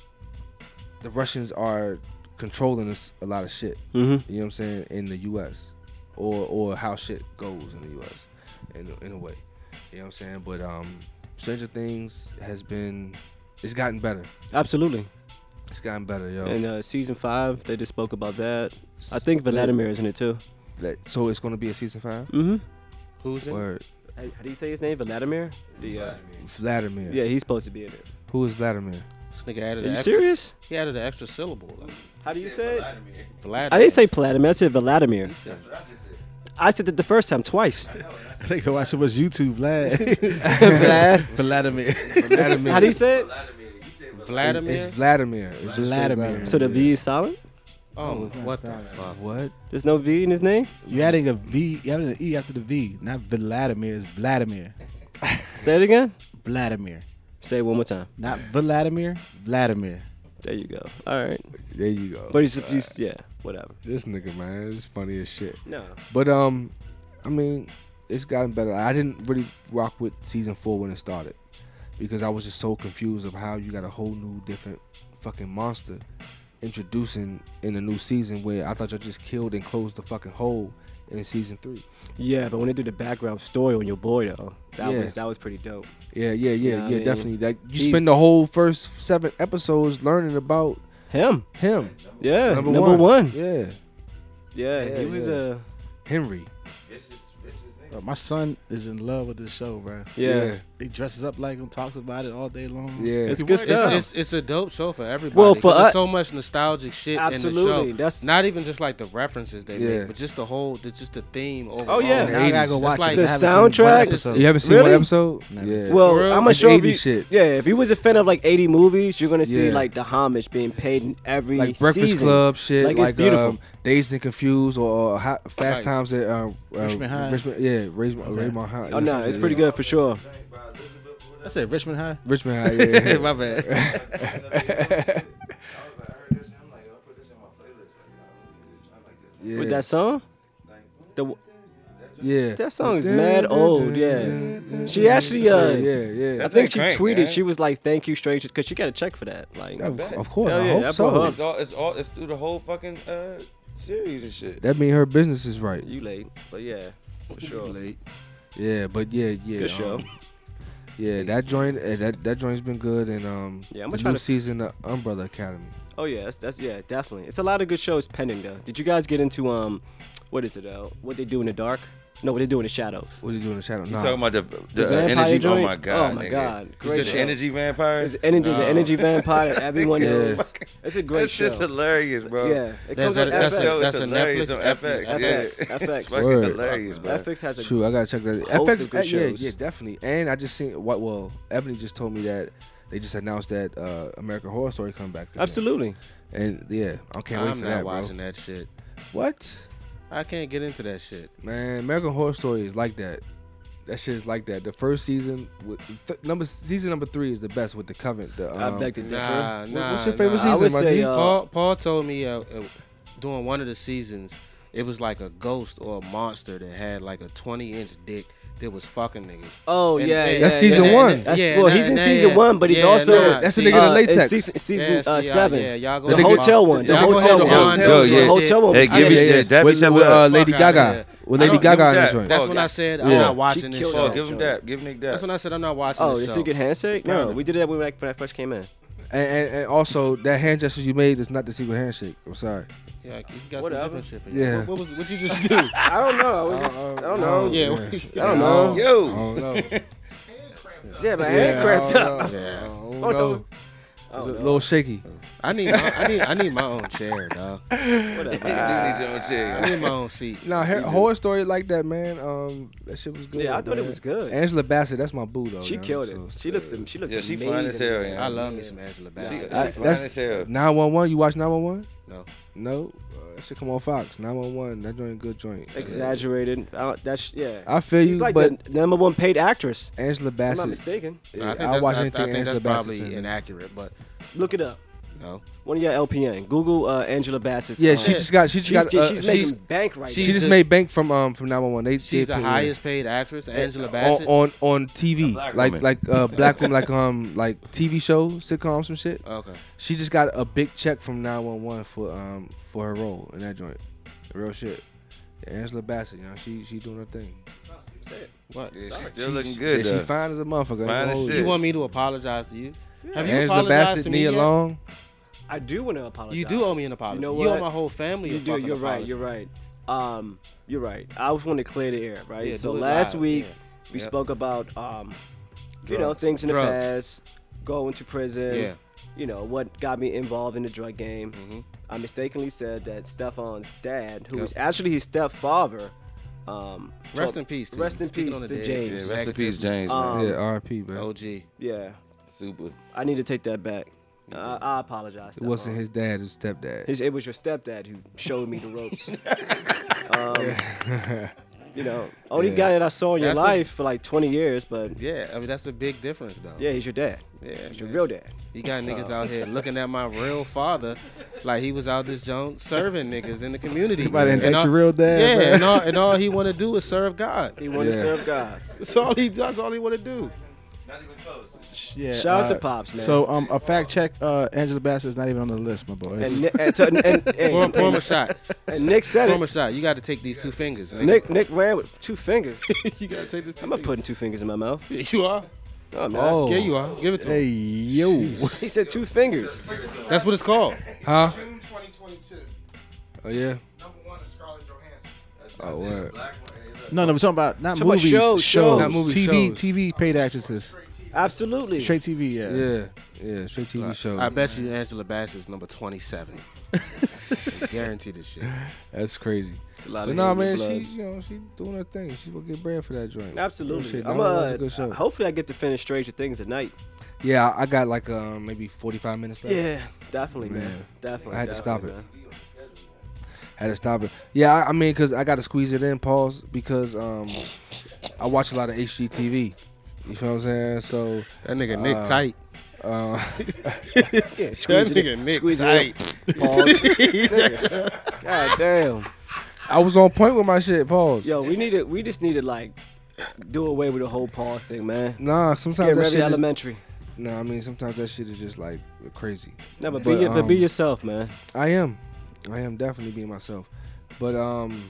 Speaker 4: the Russians are controlling us a lot of shit.
Speaker 1: Mm-hmm.
Speaker 4: You know what I'm saying? In the U.S. or or how shit goes in the U.S. in in a way. You know what I'm saying? But um, Stranger Things has been it's gotten better.
Speaker 1: Absolutely.
Speaker 4: It's gotten better, yo.
Speaker 1: And uh, season five, they just spoke about that. I
Speaker 4: S-
Speaker 1: think
Speaker 4: that-
Speaker 1: Vladimir is in it too.
Speaker 4: that- so it's gonna be a season five.
Speaker 1: Mm-hmm.
Speaker 3: Who's in?
Speaker 4: Word.
Speaker 1: How do you say his name? Vladimir? The uh,
Speaker 4: Vladimir.
Speaker 1: yeah, he's supposed to be in it.
Speaker 4: Who is Vladimir?
Speaker 3: This nigga added
Speaker 1: Are
Speaker 3: an
Speaker 1: you
Speaker 3: extra,
Speaker 1: serious?
Speaker 3: He added an extra syllable. Like,
Speaker 1: How do you say it?
Speaker 3: Vladimir.
Speaker 1: I didn't say Vladimir. I said Vladimir.
Speaker 3: He said-
Speaker 1: I said that the first time twice.
Speaker 7: They go watch it was YouTube, Vlad.
Speaker 1: Vlad.
Speaker 7: Vladimir.
Speaker 4: Vladimir.
Speaker 1: How do you say it?
Speaker 3: Vladimir.
Speaker 4: It's Vladimir. It's just
Speaker 7: Vladimir.
Speaker 1: So the V is silent.
Speaker 3: oh,
Speaker 7: it's not
Speaker 3: what the
Speaker 7: silent.
Speaker 3: fuck?
Speaker 4: What?
Speaker 1: There's no V in his name.
Speaker 7: You adding a V, you adding an E after the V, not Vladimir. It's Vladimir,
Speaker 1: Say it again.
Speaker 7: Vladimir,
Speaker 1: Say it one more time.
Speaker 7: not Vladimir, Vladimir.
Speaker 1: There you go. All right.
Speaker 4: There you go.
Speaker 1: But he's, he's yeah, whatever.
Speaker 4: this nigga, man, it's funny as shit.
Speaker 1: No.
Speaker 4: But um, I mean, it's gotten better. I didn't really rock with season four when it started because I was just so confused of how you got a whole new different fucking monster introducing in a new season where I thought y'all just killed and closed the fucking hole in season three.
Speaker 1: Yeah, but when they do the background story on your boy though, that
Speaker 4: Yeah.
Speaker 1: was that was pretty dope.
Speaker 4: Yeah, yeah, yeah,
Speaker 1: Yeah, I
Speaker 4: yeah,
Speaker 1: mean,
Speaker 4: definitely. Like you
Speaker 1: he's-
Speaker 4: spend the whole first seven episodes learning about
Speaker 1: Him.
Speaker 4: him.
Speaker 1: Yeah. Number,
Speaker 4: Number,
Speaker 1: one.
Speaker 4: Yeah,
Speaker 1: Yeah,
Speaker 4: Yeah,
Speaker 1: He was
Speaker 4: yeah.
Speaker 1: a.
Speaker 4: Henry.
Speaker 7: Bro, my son is in love with this show, bro.
Speaker 1: Yeah.
Speaker 7: He dresses up like him, talks about it all day long.
Speaker 4: yeah.
Speaker 1: It's
Speaker 4: yeah.
Speaker 1: good
Speaker 3: It's,
Speaker 1: stuff.
Speaker 3: it's, it's a dope show for everybody.
Speaker 1: Well,
Speaker 3: 'cause
Speaker 1: for
Speaker 3: there's
Speaker 1: us-
Speaker 3: so much nostalgic shit in
Speaker 1: Absolutely,
Speaker 3: the show.
Speaker 1: that's-
Speaker 3: not even just like the references they
Speaker 4: Yeah.
Speaker 3: make, but just the whole, the, just the theme.
Speaker 1: Oh, yeah.
Speaker 7: Now I gotta go
Speaker 3: It's
Speaker 7: watch
Speaker 3: like-
Speaker 7: it.
Speaker 1: The
Speaker 7: I haven't seen one
Speaker 1: soundtrack-
Speaker 7: episode.
Speaker 4: You haven't seen one
Speaker 1: Really?
Speaker 4: episode?
Speaker 7: Never.
Speaker 4: Yeah.
Speaker 1: Well,
Speaker 3: For real?
Speaker 1: I'm gonna
Speaker 4: It's
Speaker 1: show if
Speaker 4: 80s
Speaker 1: you,
Speaker 4: shit.
Speaker 1: Yeah, if you was a fan of like 80 movies, you're gonna see
Speaker 4: Yeah.
Speaker 1: like the homage being paid in every
Speaker 4: like Breakfast
Speaker 1: season.
Speaker 4: Club shit,
Speaker 1: Like,
Speaker 4: like,
Speaker 1: it's beautiful.
Speaker 4: um, Dazed and Confused, or, uh Ho- Fast
Speaker 3: Right.
Speaker 4: Times at uh, uh,
Speaker 7: Richmond High.
Speaker 4: Richmond, yeah, Raymond, Raymond High.
Speaker 1: Oh no, it's pretty good for sure.
Speaker 7: I said Richmond High.
Speaker 4: Richmond High, yeah.
Speaker 3: My bad.
Speaker 4: yeah.
Speaker 1: With that song, the
Speaker 4: yeah.
Speaker 1: that song is mad old. Yeah, she actually uh,
Speaker 4: yeah, yeah,
Speaker 1: I
Speaker 4: yeah.
Speaker 1: think she
Speaker 6: Crank,
Speaker 1: tweeted
Speaker 6: man.
Speaker 1: she was like, "Thank you, strangers," because she got a check for that. Like,
Speaker 4: Of, of course,
Speaker 1: Hell
Speaker 4: I
Speaker 1: yeah,
Speaker 4: hope
Speaker 1: that brought her up.
Speaker 4: so.
Speaker 6: It's all, it's all, it's through the whole fucking uh, series and shit.
Speaker 4: That mean her business is right.
Speaker 1: you late, but yeah, for sure.
Speaker 4: Yeah, but yeah, yeah. um,
Speaker 1: Good show.
Speaker 4: Yeah, that joint, uh, that that joint's been good, and um,
Speaker 1: Yeah, I'm gonna
Speaker 4: the
Speaker 1: try
Speaker 4: new
Speaker 1: to-
Speaker 4: season of Umbrella Academy.
Speaker 1: Oh yeah, that's, that's yeah, definitely. It's a lot of good shows pending though. Did you guys get into um, what is it? Uh, what they do in the dark? No, what they do in the shadows.
Speaker 4: What are you doing in the shadow?
Speaker 6: You
Speaker 4: Nah.
Speaker 6: talking about the, the, uh,
Speaker 1: vampire
Speaker 6: energy?
Speaker 1: joint?
Speaker 6: Oh my god!
Speaker 1: Oh, my
Speaker 6: nigga.
Speaker 1: God.
Speaker 6: You
Speaker 1: Great
Speaker 6: said
Speaker 1: show.
Speaker 6: the energy vampire.
Speaker 1: It's energy, it's an energy vampire. Everyone
Speaker 4: Yeah.
Speaker 1: knows. It's a great
Speaker 6: That's
Speaker 1: show.
Speaker 6: just hilarious, bro.
Speaker 1: Yeah, it
Speaker 3: That's
Speaker 1: comes
Speaker 3: a-
Speaker 1: on
Speaker 3: that's
Speaker 1: FX.
Speaker 3: a- that's
Speaker 6: hilarious on FX.
Speaker 1: FX,
Speaker 6: yeah.
Speaker 1: FX.
Speaker 6: it's fucking
Speaker 4: Word.
Speaker 6: hilarious, bro.
Speaker 1: FX has a
Speaker 4: True, I gotta check that.
Speaker 1: host
Speaker 4: FX,
Speaker 1: of good
Speaker 4: uh, yeah,
Speaker 1: shows.
Speaker 4: yeah, definitely. And I just seen what? Well, Ebony just told me that they just announced that uh, American Horror Story come back. again.
Speaker 1: absolutely.
Speaker 4: And yeah, I can't wait
Speaker 3: I'm
Speaker 4: for
Speaker 3: not
Speaker 4: that, bro.
Speaker 3: watching that shit.
Speaker 4: What?
Speaker 3: I can't get into that shit.
Speaker 4: Man, American Horror Story is like that. That shit is like that. The first season, with th- number season number three is the best with the Covenant. The,
Speaker 1: I
Speaker 4: um,
Speaker 1: beg to differ.
Speaker 3: Nah, nah.
Speaker 4: what's your favorite
Speaker 3: nah.
Speaker 1: I
Speaker 4: season?
Speaker 1: would
Speaker 4: my
Speaker 1: say,
Speaker 4: G?
Speaker 1: uh,
Speaker 3: Paul, Paul told me uh, uh, during one of the seasons, it was like a ghost or a monster that had like a 20 inch dick that was fucking niggas.
Speaker 1: Oh,
Speaker 3: And-
Speaker 1: yeah,
Speaker 3: and-
Speaker 1: That's
Speaker 3: and-
Speaker 1: season
Speaker 3: and-
Speaker 1: one.
Speaker 3: and-
Speaker 1: That's-
Speaker 3: yeah,
Speaker 1: well,
Speaker 3: nah,
Speaker 1: he's in
Speaker 3: nah,
Speaker 1: season
Speaker 3: yeah.
Speaker 1: one, but he's
Speaker 3: Yeah,
Speaker 1: also-
Speaker 3: nah,
Speaker 4: That's a
Speaker 3: see,
Speaker 4: nigga that
Speaker 3: uh,
Speaker 4: latex.
Speaker 1: it's season, season
Speaker 3: yeah,
Speaker 1: uh,
Speaker 3: see, uh,
Speaker 1: seven.
Speaker 3: Yeah, y'all go
Speaker 1: The
Speaker 3: ahead and-
Speaker 1: hotel one, the
Speaker 3: y'all go ahead
Speaker 1: hotel
Speaker 3: and
Speaker 1: one.
Speaker 3: on
Speaker 6: Yo,
Speaker 3: down
Speaker 6: yeah.
Speaker 3: with
Speaker 1: Hotel one.
Speaker 6: Hey,
Speaker 1: I
Speaker 6: give
Speaker 1: just-
Speaker 6: each- yeah, dab
Speaker 4: with,
Speaker 6: each other
Speaker 4: with, uh,
Speaker 6: up.
Speaker 4: Lady
Speaker 3: Fuck outta
Speaker 4: Gaga.
Speaker 3: here.
Speaker 4: With
Speaker 3: I
Speaker 4: Lady
Speaker 3: don't give a
Speaker 4: Gaga in
Speaker 6: damn.
Speaker 4: this joint.
Speaker 3: That's
Speaker 6: Oh,
Speaker 3: when
Speaker 1: yes.
Speaker 3: I said I'm
Speaker 1: Yeah.
Speaker 3: not
Speaker 1: She
Speaker 3: watching this
Speaker 1: killed
Speaker 6: Oh,
Speaker 1: that
Speaker 3: show.
Speaker 6: give him
Speaker 1: joint.
Speaker 6: that. Give Nick that.
Speaker 3: That's when I said I'm not watching
Speaker 1: Oh,
Speaker 3: this
Speaker 1: the
Speaker 3: show.
Speaker 1: secret handshake? No,
Speaker 3: Kinda.
Speaker 1: we did that when, we, when I first came in.
Speaker 4: And, and, and also, that hand gesture you made is not the secret handshake. I'm sorry.
Speaker 3: Yeah, like, you got
Speaker 1: Whatever.
Speaker 3: some different shit for you.
Speaker 4: Yeah.
Speaker 3: What, what was what you just do?
Speaker 1: I don't know. I,
Speaker 4: Oh,
Speaker 1: was just, I don't know.
Speaker 3: yeah.
Speaker 1: I don't know.
Speaker 3: Oh,
Speaker 4: I
Speaker 6: Yo,
Speaker 4: don't know. Yeah,
Speaker 1: Yeah, my
Speaker 4: oh. I
Speaker 1: hand cramped
Speaker 4: don't
Speaker 1: up.
Speaker 4: know. I don't
Speaker 1: Oh, no.
Speaker 4: know. It was a little shaky.
Speaker 3: I need my, I need I need my own chair, dog.
Speaker 6: nigga, do need your own
Speaker 3: I
Speaker 6: chair.
Speaker 3: need my own seat.
Speaker 4: Now, her, horror story like that, man. Um, that shit was good.
Speaker 1: Yeah, I thought it
Speaker 4: man.
Speaker 1: was good.
Speaker 4: Angela Bassett, that's my boo though.
Speaker 1: she
Speaker 4: man.
Speaker 1: killed it.
Speaker 4: So-
Speaker 1: she looks. She looks.
Speaker 6: Yeah, she
Speaker 1: amazing.
Speaker 6: fine as hell. Yeah.
Speaker 3: I love me some Angela
Speaker 6: She, she
Speaker 3: Bassett.
Speaker 4: I-
Speaker 6: fine
Speaker 4: that's-
Speaker 6: as hell.
Speaker 4: 911, you watch 911?
Speaker 3: No.
Speaker 4: No. Uh, that shit come on Fox. 911, that joint good joint.
Speaker 1: Exaggerated. I don't- that's yeah.
Speaker 4: I feel
Speaker 1: She's
Speaker 4: you,
Speaker 1: like
Speaker 4: but
Speaker 1: the number one paid actress. if
Speaker 4: Angela
Speaker 1: I'm not
Speaker 4: Bassett.
Speaker 1: mistaken.
Speaker 4: yeah,
Speaker 3: I think
Speaker 4: I'll
Speaker 3: that's,
Speaker 4: watch
Speaker 3: I, I
Speaker 4: anything
Speaker 3: think
Speaker 4: Angela
Speaker 3: that's
Speaker 4: Bassett's
Speaker 3: probably
Speaker 4: in.
Speaker 3: inaccurate, but
Speaker 1: Look it up.
Speaker 3: no.
Speaker 1: One of your LPN. Google uh, Angela Bassett.
Speaker 4: Yeah,
Speaker 1: um,
Speaker 4: she just got she just
Speaker 1: she's,
Speaker 4: got uh,
Speaker 1: she's
Speaker 4: she's-
Speaker 1: making
Speaker 3: she's-
Speaker 1: bank right
Speaker 4: she
Speaker 3: she's
Speaker 4: just
Speaker 3: the-
Speaker 4: made bank from um from 911. They
Speaker 3: She's
Speaker 4: they
Speaker 3: the
Speaker 4: put her
Speaker 3: highest paid actress, Angela
Speaker 4: on-
Speaker 3: Bassett.
Speaker 4: on on TV,
Speaker 6: black
Speaker 4: like
Speaker 6: woman.
Speaker 4: like uh black women, like um like TV show sitcoms some shit.
Speaker 3: Okay.
Speaker 4: She just got a big check from 911 for um for her role in that joint. Real shit. Yeah, Angela Bassett, you know she she doing her thing.
Speaker 3: What?
Speaker 6: Yeah, she's
Speaker 3: Sorry.
Speaker 6: still looking
Speaker 4: She,
Speaker 6: good.
Speaker 4: she
Speaker 6: though.
Speaker 4: fine as a motherfucker.
Speaker 6: Fine as
Speaker 4: Oh,
Speaker 6: shit.
Speaker 3: You want me to apologize to you? Have you
Speaker 4: Angela
Speaker 3: apologized
Speaker 4: Bassett,
Speaker 3: to me
Speaker 4: Nia
Speaker 3: yet?
Speaker 4: Long.
Speaker 1: now. I do want to apologize.
Speaker 3: You do owe me an apology.
Speaker 1: know
Speaker 3: You,
Speaker 1: what?
Speaker 3: owe my whole family
Speaker 1: You
Speaker 3: a
Speaker 1: do.
Speaker 3: fucking
Speaker 1: You're right.
Speaker 3: apology.
Speaker 1: You're right. Um, you're right. I just want to clear the air, right?
Speaker 3: Yeah,
Speaker 1: so
Speaker 3: do it
Speaker 1: last
Speaker 3: live,
Speaker 1: week we
Speaker 6: Yep.
Speaker 1: spoke about um, you know,
Speaker 6: Drugs.
Speaker 1: things in
Speaker 3: Drugs.
Speaker 1: the past, going to prison.
Speaker 3: Yeah.
Speaker 1: You know what got me involved in the drug game.
Speaker 3: Mhm.
Speaker 1: I mistakenly said that Stefan's dad, who was actually his stepfather, um,
Speaker 3: Rest
Speaker 1: well,
Speaker 3: in peace. To
Speaker 1: rest
Speaker 3: you.
Speaker 1: in
Speaker 3: Speaking
Speaker 1: peace
Speaker 3: on the
Speaker 1: to
Speaker 3: dead.
Speaker 1: James.
Speaker 6: Yeah, rest in peace, James. man.
Speaker 1: Um,
Speaker 4: yeah, R.I.P. Man.
Speaker 3: OG.
Speaker 1: Yeah,
Speaker 6: Super.
Speaker 1: I need to take that back. I, I apologize.
Speaker 4: it wasn't
Speaker 1: Stephon.
Speaker 4: his dad, his stepdad.
Speaker 1: His, it was your stepdad who showed me the ropes. um, you know, only
Speaker 4: Yeah.
Speaker 1: guy that I saw in your
Speaker 3: That's a-
Speaker 1: life for like 20 years, but
Speaker 3: Yeah, I mean that's a big difference though.
Speaker 1: yeah, he's your dad.
Speaker 3: yeah.
Speaker 1: He's your
Speaker 3: man.
Speaker 1: real dad.
Speaker 3: You got niggas out here looking at my real father like he was out this joint serving niggas in the community.
Speaker 7: Everybody didn't
Speaker 3: And
Speaker 7: thank
Speaker 3: all-
Speaker 7: your real dad,
Speaker 3: Yeah,
Speaker 7: man.
Speaker 3: and all, and all he want to do is serve God.
Speaker 1: He wanted to
Speaker 4: Yeah.
Speaker 1: serve God.
Speaker 3: That's all he that's all he want to do.
Speaker 6: Not even close.
Speaker 7: Yeah,
Speaker 1: Shout out
Speaker 7: uh,
Speaker 1: to Pops, man.
Speaker 7: So um, a fact check. Uh, Angela Bassett's not even on the list, my boys.
Speaker 1: and, Ni- and, to- and, and,
Speaker 3: Pour, him-
Speaker 1: and,
Speaker 3: pour him a shot.
Speaker 1: and Nick said
Speaker 3: Pour him a
Speaker 1: it.
Speaker 3: shot. You got to take these two fingers. Nigga.
Speaker 1: Nick Nick ran with two fingers.
Speaker 3: you got to take this.
Speaker 1: I'm not putting two fingers in my mouth.
Speaker 3: You are.
Speaker 1: Oh, man.
Speaker 4: Oh,
Speaker 3: Yeah, you are. Give it to
Speaker 7: hey
Speaker 3: him.
Speaker 7: yo,
Speaker 1: He said two fingers.
Speaker 3: That's what it's called.
Speaker 4: huh?
Speaker 5: June 2022,
Speaker 4: Oh yeah.
Speaker 5: number one is Scarlett Johansson.
Speaker 4: Oh word.
Speaker 7: no, no, we're talking about not
Speaker 1: Talking about
Speaker 7: movies,
Speaker 1: shows, shows.
Speaker 7: shows,
Speaker 4: Not movies,
Speaker 7: TV,
Speaker 4: shows.
Speaker 7: TV paid actresses,
Speaker 1: Absolutely.
Speaker 7: straight TV. Yeah,
Speaker 4: Yeah, yeah. Straight TV show.
Speaker 3: I bet you Angela Bassett's number 27. I guarantee this shit.
Speaker 4: That's crazy.
Speaker 1: A lot
Speaker 4: But
Speaker 1: of
Speaker 4: nah,
Speaker 1: Henry
Speaker 4: man,
Speaker 1: blood.
Speaker 4: she you know she doing her thing. She gonna get bread for that joint. Real
Speaker 1: Absolutely.
Speaker 4: shit.
Speaker 1: I'm
Speaker 4: Nah, that was a good
Speaker 1: uh,
Speaker 4: show.
Speaker 1: hopefully I get to finish Stranger Things at night.
Speaker 4: Yeah, I I got like um maybe 45 minutes left.
Speaker 1: Yeah, definitely, man.
Speaker 4: Man.
Speaker 1: Definitely.
Speaker 4: I had to stop
Speaker 1: definitely,
Speaker 4: it. Had to stop it. Yeah, I, I mean, cause I got to squeeze it in, pause, because um, I watch a lot of HGTV. You feel what I'm saying? So,
Speaker 3: That nigga Nick
Speaker 4: Uh,
Speaker 3: tight.
Speaker 4: uh,
Speaker 1: man. Yeah, squeeze it in. Squeeze it in. Pause. Nigga. God damn.
Speaker 4: I was on point with my shit. Pause.
Speaker 1: Yo, we needed. We just needed like do away with the whole pause thing, man.
Speaker 4: Nah,
Speaker 1: Get rid
Speaker 4: sometimes that
Speaker 1: of the
Speaker 4: shit. Is,
Speaker 1: elementary.
Speaker 4: nah, I mean, sometimes that shit is just like crazy.
Speaker 1: No, but,
Speaker 4: But,
Speaker 1: be your, but be
Speaker 4: um,
Speaker 1: yourself, man.
Speaker 4: I am. I am definitely being myself. But um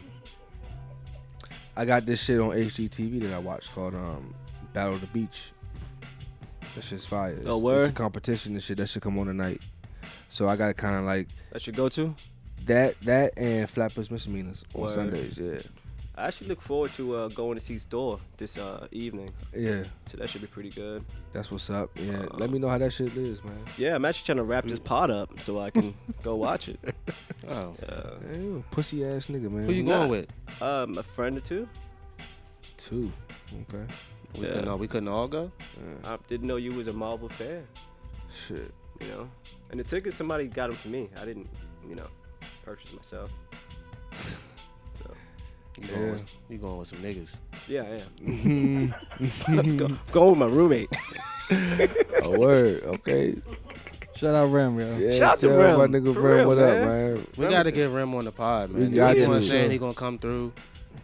Speaker 4: I got this shit on HGTV that I watched called um Battle of the Beach. That shit's fire. It's, it's a
Speaker 1: Oh, word?
Speaker 4: competition and shit. That should come on tonight. So I gotta kinda like
Speaker 1: That's your go-to.
Speaker 4: that that and Flatbush Misdemeanors on
Speaker 1: Word.
Speaker 4: Sundays, yeah.
Speaker 1: I actually look forward to uh, going to see Thor this uh, evening,
Speaker 4: Yeah.
Speaker 1: so that should be pretty good.
Speaker 4: That's what's up. Yeah.
Speaker 1: Uh,
Speaker 4: Let me know how that shit is, man.
Speaker 1: Yeah, I'm actually trying to wrap this pot up so I can go watch it.
Speaker 3: Oh.
Speaker 1: Uh,
Speaker 4: Man, you a pussy ass nigga, man.
Speaker 3: Who you
Speaker 1: Nah.
Speaker 3: going with?
Speaker 1: um, a friend or two.
Speaker 4: Two. Okay. Uh,
Speaker 3: We,
Speaker 1: Yeah.
Speaker 3: couldn't, all- we couldn't all go?
Speaker 1: I didn't know you was a Marvel fan.
Speaker 4: Shit.
Speaker 1: you know. And the tickets, somebody got them for me. I didn't, you know, purchase myself. So
Speaker 3: You going,
Speaker 4: Yeah.
Speaker 3: with, you going with some niggas.
Speaker 1: yeah, I am. go, go with my roommate.
Speaker 4: A Oh, word. Okay.
Speaker 7: shout out Ram, yo.
Speaker 4: Yeah,
Speaker 1: Shout out to
Speaker 4: tell
Speaker 1: Rem.
Speaker 4: My nigga
Speaker 1: For
Speaker 4: Rem,
Speaker 1: real,
Speaker 4: what up,
Speaker 1: man.
Speaker 4: man?
Speaker 3: We got to get Rim on the pod, man.
Speaker 4: got
Speaker 3: you know
Speaker 4: to.
Speaker 3: what I'm saying? He going to come through.